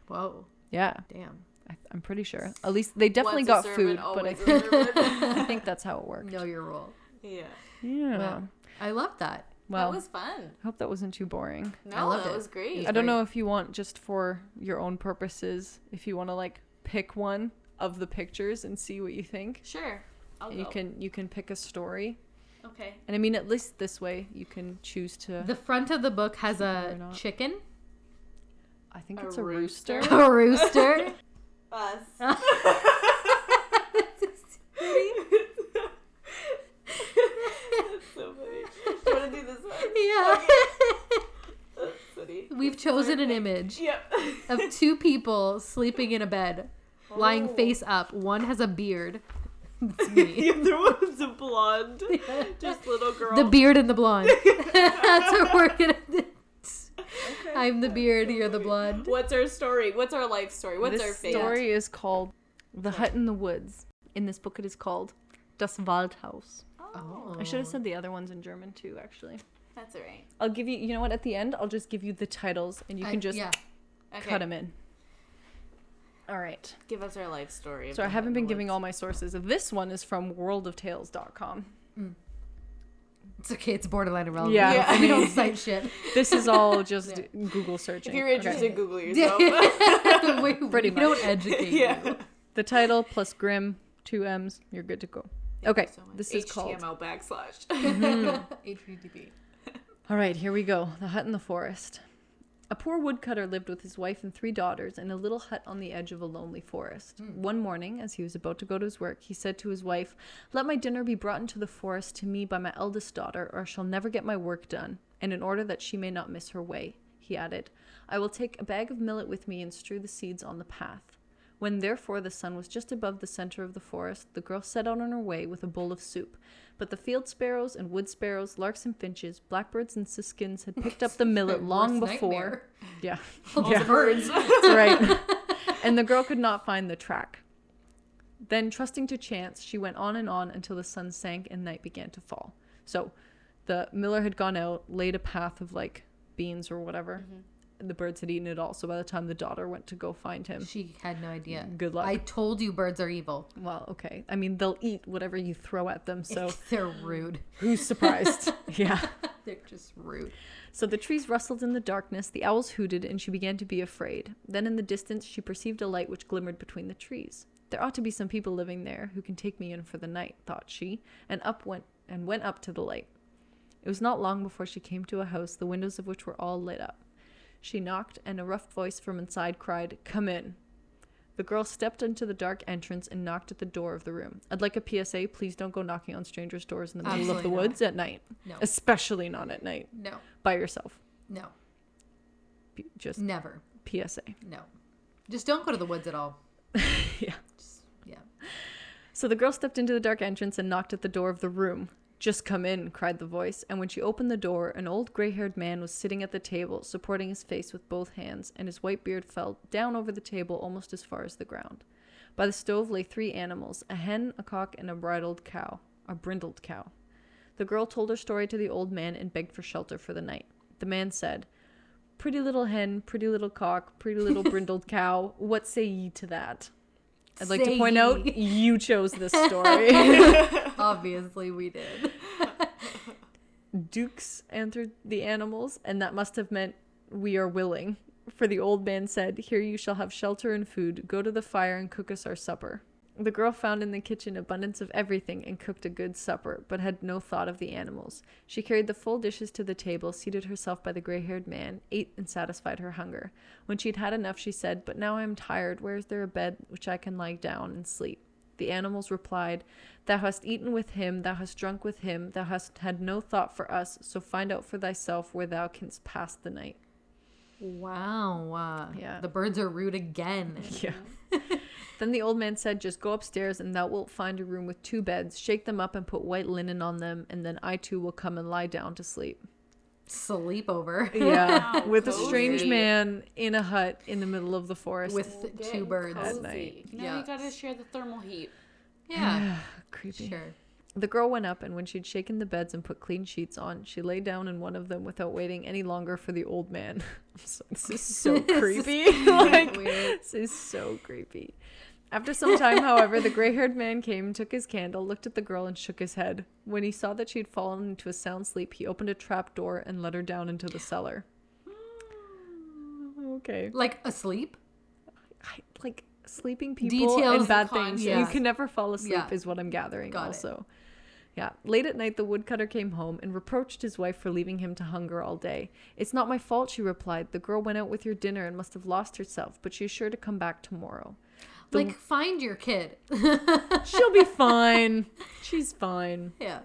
whoa, Yeah, damn. I, I'm pretty sure. At least they definitely Once a got food, servant, but I always a think, servant. I think that's how it worked. Know your role. yeah. Yeah. Wow. I love that. Well, that was fun. I hope that wasn't too boring. I No, loved that it. was great. It I don't great. know if you want just for your own purposes, if you want to like pick one of the pictures and see what you think. Sure. I'll And you go. can you can pick a story. Okay. And I mean at least this way you can choose to The front of the book has Or a not. chicken, I think A it's a rooster? rooster. a rooster. Us. That's so funny. You want to do this one? yeah. That's funny. We've chosen an image Yep. of two people sleeping in a bed, lying Oh. face up. One has a beard. It's me. The other one's a blonde, just little girl. The beard and the blonde. That's what we're gonna do. I'm the beard, you're the blonde. What's our story? What's our life story? What's this our fate? story is called The Hut in the Woods. In this book it is called Das Waldhaus. Oh. I should have said the other ones in German too, actually. That's all right. I'll give you you know what at the end I'll just give you the titles and you I- can just yeah. Okay. cut them in. All right. Give us our life story. of So I the Hut haven't in been the giving Woods. all my sources. This one is from worldoftales.com. It's okay. It's borderline irrelevant. uh, Yeah. Yeah. we don't cite shit. This is all just Google searching. If you're Okay. interested, Google yourself. we Pretty we don't much. educate yeah. you. The title plus Grim, two M's, you're good to go. Okay, this is called. HTML backslash. HTTP. All right, here we go. The hut in the forest. A poor woodcutter lived with his wife and three daughters in a little hut on the edge of a lonely forest. Hmm. One morning, as he was about to go to his work, he said to his wife, Let my dinner be brought into the forest to me by my eldest daughter, or I shall never get my work done. And in order that she may not miss her way, he added, I will take a bag of millet with me and strew the seeds on the path. When therefore the sun was just above the center of the forest, the girl set out on her way with a bowl of soup. But the field sparrows and wood sparrows, larks and finches, blackbirds and siskins had picked up the millet long Worst before. nightmare. Yeah, All Yeah. the birds. that's right. and the girl could not find the track. Then, trusting to chance, she went on and on until the sun sank and night began to fall. So, the miller had gone out, laid a path of like beans or whatever. The birds had eaten it all. So, by the time the daughter went to go find him, She had no idea. Good Mm, luck. I told you birds are evil. Well, okay. I mean, they'll eat whatever you throw at them, so They're rude. who's surprised? yeah. They're just rude. So the trees rustled in the darkness, the owls hooted, and she began to be afraid. Then in the distance, she perceived a light which glimmered between the trees. There ought to be some people living there who can take me in for the night, thought she, and up went and went up to the light. It was not long before she came to a house, the windows of which were all lit up. She knocked, and a rough voice from inside cried, Come in. The girl stepped into the dark entrance and knocked at the door of the room. I'd like a PSA please don't go knocking on strangers' doors in the middle of Absolutely the not. woods at night, No. especially not at night No. by yourself. No. P- Just Never. PSA. No. Just don't go to the woods at all. Yeah. Just, yeah. So the girl stepped into the dark entrance and knocked at the door of the room. Just come in, cried the voice, and when she opened the door, an old gray haired man was sitting at the table, supporting his face with both hands, and his white beard fell down over the table almost as far as the ground. By the stove lay three animals a hen, a cock, and a bridled cow, a brindled cow. The girl told her story to the old man and begged for shelter for the night. The man said, Pretty little hen, pretty little cock, pretty little brindled cow, what say ye to that? I'd like to Say point out ye. you chose this story. Obviously, we did. Dukes answered the animals, and that must have meant we are willing. For the old man said, Here you shall have shelter and food. Go to the fire and cook us our supper. The girl found in the kitchen abundance of everything and cooked a good supper, but had no thought of the animals. She carried the full dishes to the table, seated herself by the gray haired man, ate and satisfied her hunger. When she'd had enough, she said, But now I am tired. Where is there a bed which I can lie down and sleep? The animals replied, Thou hast eaten with him, thou hast drunk with him, thou hast had no thought for us, so find out for thyself where thou canst pass the night. Wow. Uh, Yeah. The birds are rude again. Yeah. then the old man said, Just go upstairs, and thou wilt find a room with two beds. Shake them up and put white linen on them, and then I too will come and lie down to sleep. Sleepover Yeah. with a cozy. strange man in a hut in the middle of the forest. with two birds. cozy. You know, Yeah. you gotta share the thermal heat. Yeah. creepy. Sure. The girl went up, and when she'd shaken the beds and put clean sheets on, she lay down in one of them without waiting any longer for the old man. I'm so, this is so creepy. like, Weird. this is so creepy. After some time, however, the gray haired man came, took his candle, looked at the girl, and shook his head. When he saw that she had fallen into a sound sleep, he opened a trap door and let her down into the cellar. Okay. Like asleep? I, like sleeping people Details and and bad things. You context. can never fall asleep, Yeah. is what I'm gathering. Got it. also, yeah. Late at night, the woodcutter came home and reproached his wife for leaving him to hunger all day. It's not my fault, she replied. The girl went out with your dinner and must have lost herself, but she's sure to come back tomorrow. The- Like find your kid. She'll be fine. She's fine. yeah.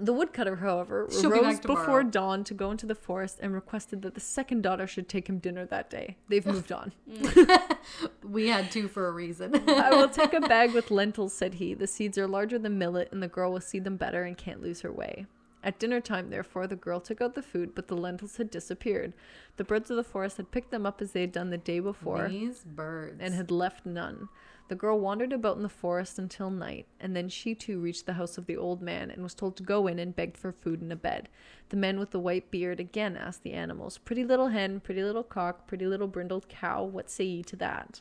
The woodcutter, however, She'll be rose back tomorrow. before dawn to go into the forest and requested that the second daughter should take him dinner that day. They've moved on. We had two for a reason. I will take a bag with lentils, said he. The seeds are larger than millet, and the girl will see them better and can't lose her way. At dinner time, therefore, the girl took out the food, but the lentils had disappeared. The birds of the forest had picked them up as they had done the day before These birds. and had left none. The girl wandered about in the forest until night, and then she too reached the house of the old man and was told to go in and begged for food and a bed. The man with the white beard again asked the animals, Pretty little hen, pretty little cock, pretty little brindled cow, what say ye to that?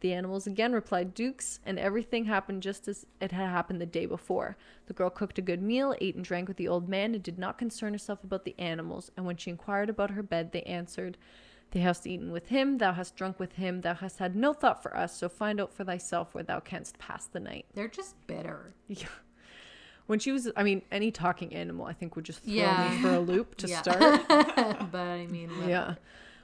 The animals again replied dukes, and everything happened just as it had happened the day before. The girl cooked a good meal, ate and drank with the old man, and did not concern herself about the animals. And when she inquired about her bed, they answered, Thou hast eaten with him, thou hast drunk with him, thou hast had no thought for us, so find out for thyself where thou canst pass the night. They're just bitter. Yeah. When she was, I mean, any talking animal, I think would just throw Yeah. me for a loop to Yeah. start. but I mean, whatever. Yeah.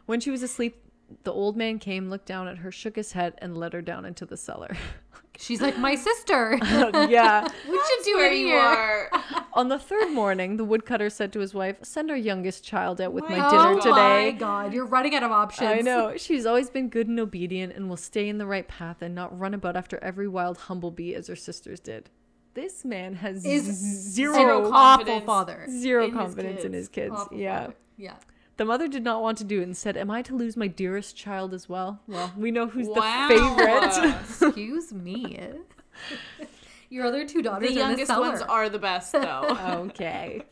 When she was asleep, the old man came, looked down at her, shook his head, and led her down into the cellar. she's like my sister. yeah. What you Where doing you here? are. On the third morning, the woodcutter said to his wife, Send our youngest child out with my, My dinner oh my today. god, you're running out of options. I know. She's always been good and obedient and will stay in the right path and not run about after every wild humblebee as her sisters did. This man has Is Zero zero, zero, awful confidence. father. in his confidence in kids. his kids. Awful yeah. father. Yeah. The mother did not want to do it and said, Am I to lose my dearest child as well? Well, we know who's Wow. the favorite. Excuse me. Your other two daughters are the in the youngest cellar. ones are the best, though. okay.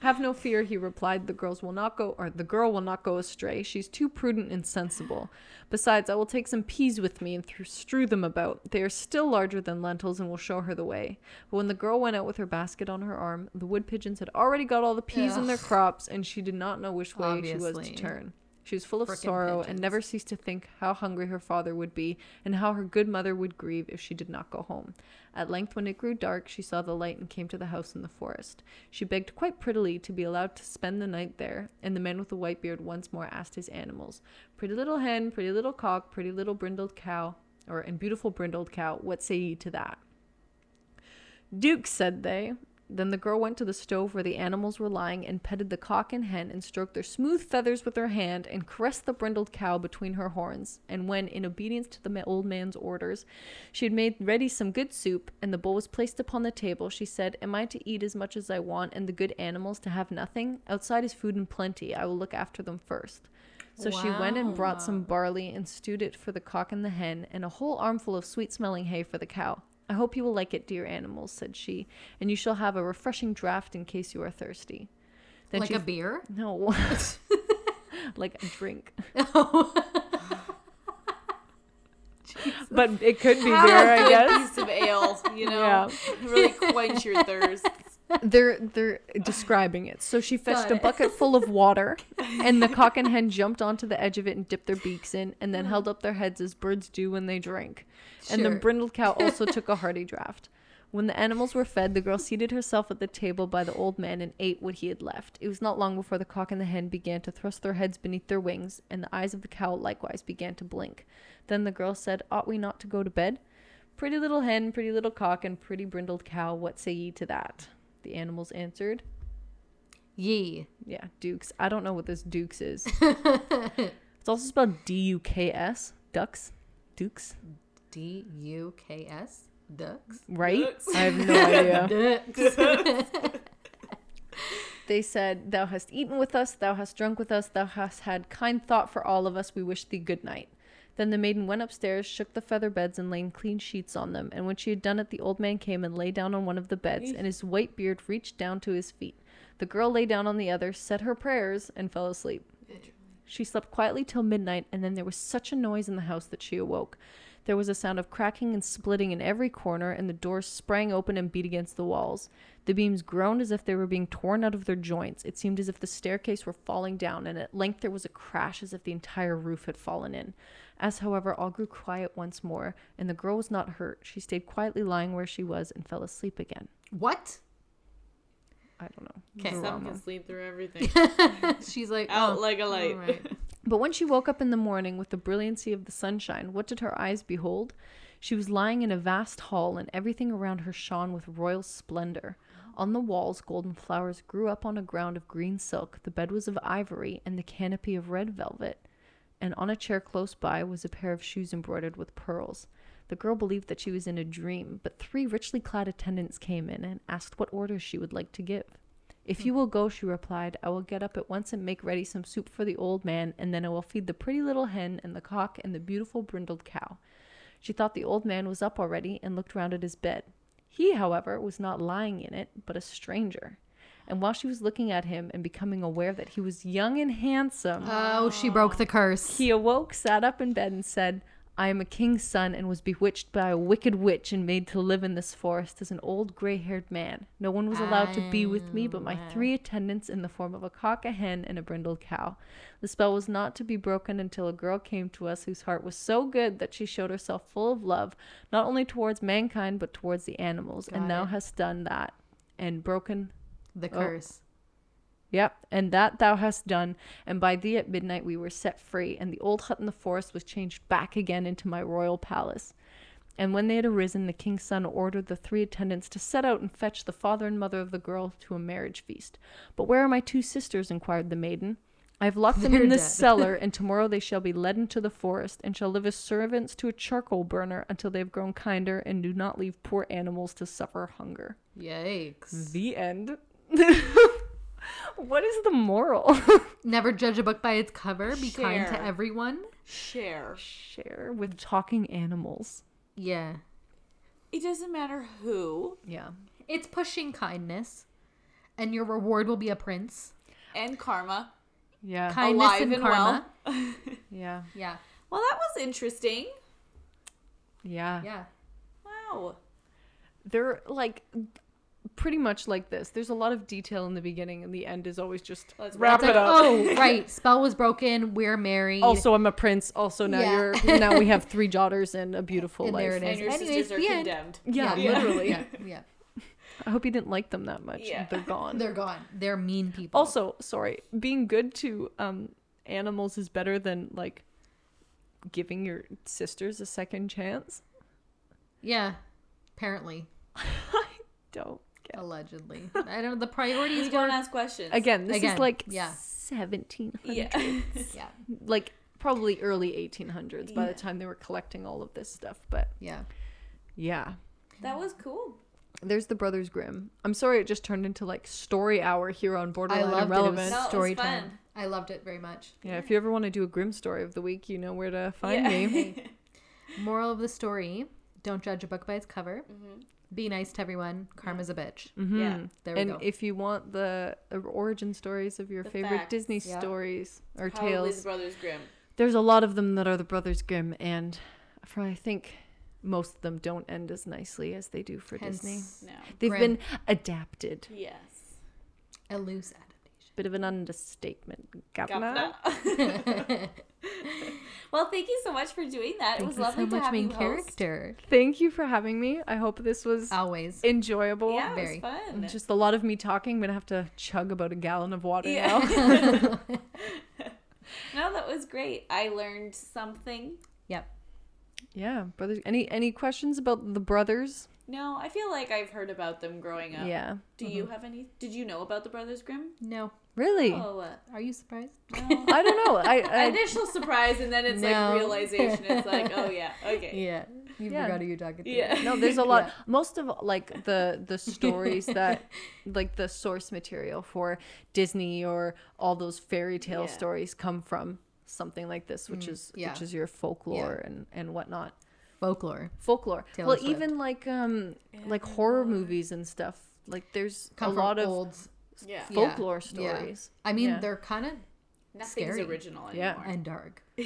Have no fear, he replied. The girls will not go, or the girl will not go astray. She's too prudent and sensible. Besides, I will take some peas with me and th- strew them about. They are still larger than lentils and will show her the way. But when the girl went out with her basket on her arm, the wood pigeons had already got all the peas in their Ugh. crops, and she did not know which way she was to Obviously. turn. She was full of Frickin' sorrow and pigeons. never ceased to think how hungry her father would be and how her good mother would grieve if she did not go home. At length, when it grew dark, she saw the light and came to the house in the forest. She begged quite prettily to be allowed to spend the night there, and the man with the white beard once more asked his animals Pretty little hen, pretty little cock, pretty little brindled cow, or and beautiful brindled cow, what say ye to that? Duke, said they. Then the girl went to the stove where the animals were lying and petted the cock and hen and stroked their smooth feathers with her hand and caressed the brindled cow between her horns. And when, in obedience to the ma- old man's orders, she had made ready some good soup and the bowl was placed upon the table, she said, Am I to eat as much as I want and the good animals to have nothing? Outside is food in plenty. I will look after them first. So she went and brought some barley and stewed it for the cock and the hen, and a whole armful of sweet smelling hay for the cow. I hope you will like it, dear animals, said she, and you shall have a refreshing draught in case you are thirsty. Then like she a beer. no, like a drink, but it could be beer, I guess. Piece of ale, you know, Yeah. really quench your thirst. They're they're describing it. So she fetched Got a it. bucket full of water, and the cock and hen jumped onto the edge of it and dipped their beaks in, and then held up their heads as birds do when they drink. And the Sure. brindled cow also took a hearty draught. When the animals were fed, the girl seated herself at the table by the old man and ate what he had left. It was not long before the cock and the hen began to thrust their heads beneath their wings, and the eyes of the cow likewise began to blink. Then the girl said, Ought we not to go to bed? Pretty little hen, pretty little cock, and pretty brindled cow, what say ye to that? The animals answered, Ye. Yeah, Dukes. I don't know what this Dukes is. it's also spelled D U K S, ducks, Dukes, D U K S. Ducks. right? Ducks. I have no idea. Ducks. They said, Thou hast eaten with us, thou hast drunk with us, thou hast had kind thought for all of us, we wish thee good night. Then the maiden went upstairs, shook the feather beds, and laid clean sheets on them. And when she had done it, the old man came and lay down on one of the beds, and his white beard reached down to his feet. The girl lay down on the other, said her prayers, and fell asleep. She slept quietly till midnight, and then there was such a noise in the house that she awoke. There was a sound of cracking and splitting in every corner, and the doors sprang open and beat against the walls. The beams groaned as if they were being torn out of their joints. It seemed as if the staircase were falling down, and at length there was a crash as if the entire roof had fallen in. As, however, all grew quiet once more, and the girl was not hurt, she stayed quietly lying where she was and fell asleep again. What? I don't know. Okay. Some Drama. can sleep through everything. She's like Out oh, like a light. all right. But when she woke up in the morning with the brilliancy of the sunshine, what did her eyes behold? She was lying in a vast hall, and everything around her shone with royal splendor. On the walls, golden flowers grew up on a ground of green silk, the bed was of ivory, and the canopy of red velvet. And on a chair close by was a pair of shoes embroidered with pearls. The girl believed that she was in a dream, but three richly clad attendants came in and asked what orders she would like to give. If you will go, she replied, I will get up at once and make ready some soup for the old man, and then I will feed the pretty little hen and the cock and the beautiful brindled cow. She thought the old man was up already and looked round at his bed. He, however, was not lying in it, but a stranger. And while she was looking at him and becoming aware that he was young and handsome, Oh, she broke the curse. he awoke, sat up in bed, and said, I am a king's son and was bewitched by a wicked witch and made to live in this forest as an old gray haired man. No one was allowed to be with me but my Ah. three attendants in the form of a cock, a hen, and a brindled cow. The spell was not to be broken until a girl came to us whose heart was so good that she showed herself full of love, not only towards mankind but towards the animals. Got and thou it. hast done that and broken The Oh. curse. Yep, and that thou hast done, and by thee at midnight we were set free, and the old hut in the forest was changed back again into my royal palace. And when they had arisen, the king's son ordered the three attendants to set out and fetch the father and mother of the girl to a marriage feast. But where are my two sisters? inquired the maiden. I have locked them They're in this dead. cellar, and tomorrow they shall be led into the forest, and shall live as servants to a charcoal burner until they have grown kinder, and do not leave poor animals to suffer hunger. Yikes. The end. what is the moral? Never judge a book by its cover. Be kind to Share. everyone. Share. Share with talking animals. Yeah. It doesn't matter who Yeah. It's pushing kindness. And your reward will be a prince. and karma. Yeah. Kindness Alive and, and karma. yeah. Yeah. Well, that was interesting. Yeah. Yeah. Wow. They're like pretty much like this. There's a lot of detail in the beginning, and the end is always just Let's wrap It's like, it up. Oh, oh, right. Spell was broken. We're married. Also, I'm a prince. Also, now Yeah. you're now we have three daughters and a beautiful And life. there it is. And your Anyways, sisters are the end. condemned. Yeah, Yeah. literally. yeah. Yeah. I hope you didn't like them that much. Yeah. They're gone. They're gone. They're mean people. also sorry being good to um animals is better than like giving your sisters a second chance yeah. Apparently. don't get Allegedly. I don't know. The priorities You don't were. ask questions. again this Again, is like yeah. 1700 Yeah. Yeah. like probably early 1800s by the time they were collecting all of this stuff but Yeah. yeah that was cool. there's the brothers grimm i'm sorry it just turned into like story hour here on I borderline loved it. It irrelevant was No, it was story fun. time. I loved it very much. yeah if you ever want to do a grim story of the week you know where to find Yeah. me Moral of the story don't judge a book by its cover. Be nice to everyone. Karma's a bitch. Mm-hmm. Yeah. There we Mm-hmm. and go. if you want the uh, origin stories of your The favorite facts, Disney yeah. stories or Probably the tales, Brothers Grimm. there's a lot of them that are the Brothers Grimm, and for I think most of them don't end as nicely as they do for Hence, Disney. No. They've Grimm. been adapted. Yes. a loose adaptation. Bit of an understatement, Gavna. Gavna. well, thank you so much for doing that. it was lovely to have you host. character. Thank you for having me. I hope this was Always. enjoyable. Yeah, it Very. was fun. Just a lot of me talking. I'm gonna have to chug about a gallon of water Yeah. now. No, that was great. I learned something. Yep. yeah, brothers. Any any questions about the brothers? No, I feel like I've heard about them growing up. Yeah. Mm-hmm. Do you have any? Did you know about the Brothers Grimm? No. Really? Oh, uh, Are you surprised? no. I don't know. I, I Initial surprise, and then it's No. like realization. It's like, oh yeah, okay, Yeah. You Yeah. forgot who you're talking to. yeah. no there's a lot Yeah. most of like the the stories that like the source material for disney or all those fairy tale Yeah. stories come from something like this which is Mm, yeah. which is your folklore and and whatnot Folklore. folklore Taylor well Swift. even like um like horror movies and stuff like there's Come a from lot of old. yeah. yeah, folklore yeah. stories I mean, Yeah. they're kind of Nothing's Scary. original Yeah. anymore. and dark. No.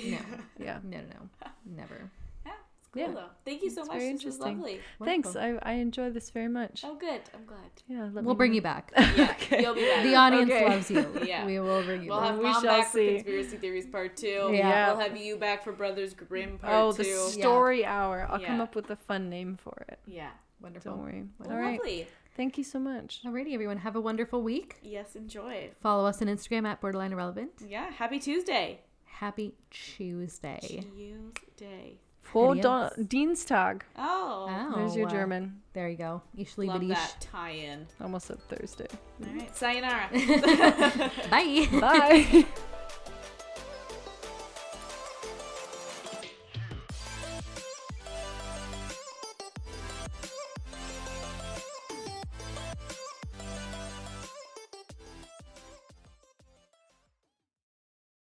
yeah No, no, no. Never. Yeah, it's cool Yeah. though. Thank you so It's much. very This was interesting. lovely. thanks Wonderful. I, I enjoy this very much Oh, good. I'm glad. yeah let We'll me bring know. you back. Yeah, you'll be back. The audience Okay. loves you. Yeah. We will bring you We'll back. have We mom shall back see. for conspiracy theories part two. Yeah. We'll have you back for Brothers Grimm part oh the two. story hour i'll come Yeah. up with a fun name for it yeah. Wonderful. don't worry Well, all right Lovely. thank you so much Alrighty, everyone. Have a wonderful week. Yes, enjoy. Follow us on Instagram at Borderline Irrelevant. Yeah. Happy Tuesday. Happy Tuesday. Tuesday. Frohe Adios. Don- Dienstag. Oh. Oh, There's your uh, German. There you go. Ich liebe Love dich. that tie-in. Almost said Thursday. All right. Sayonara. Bye. Bye.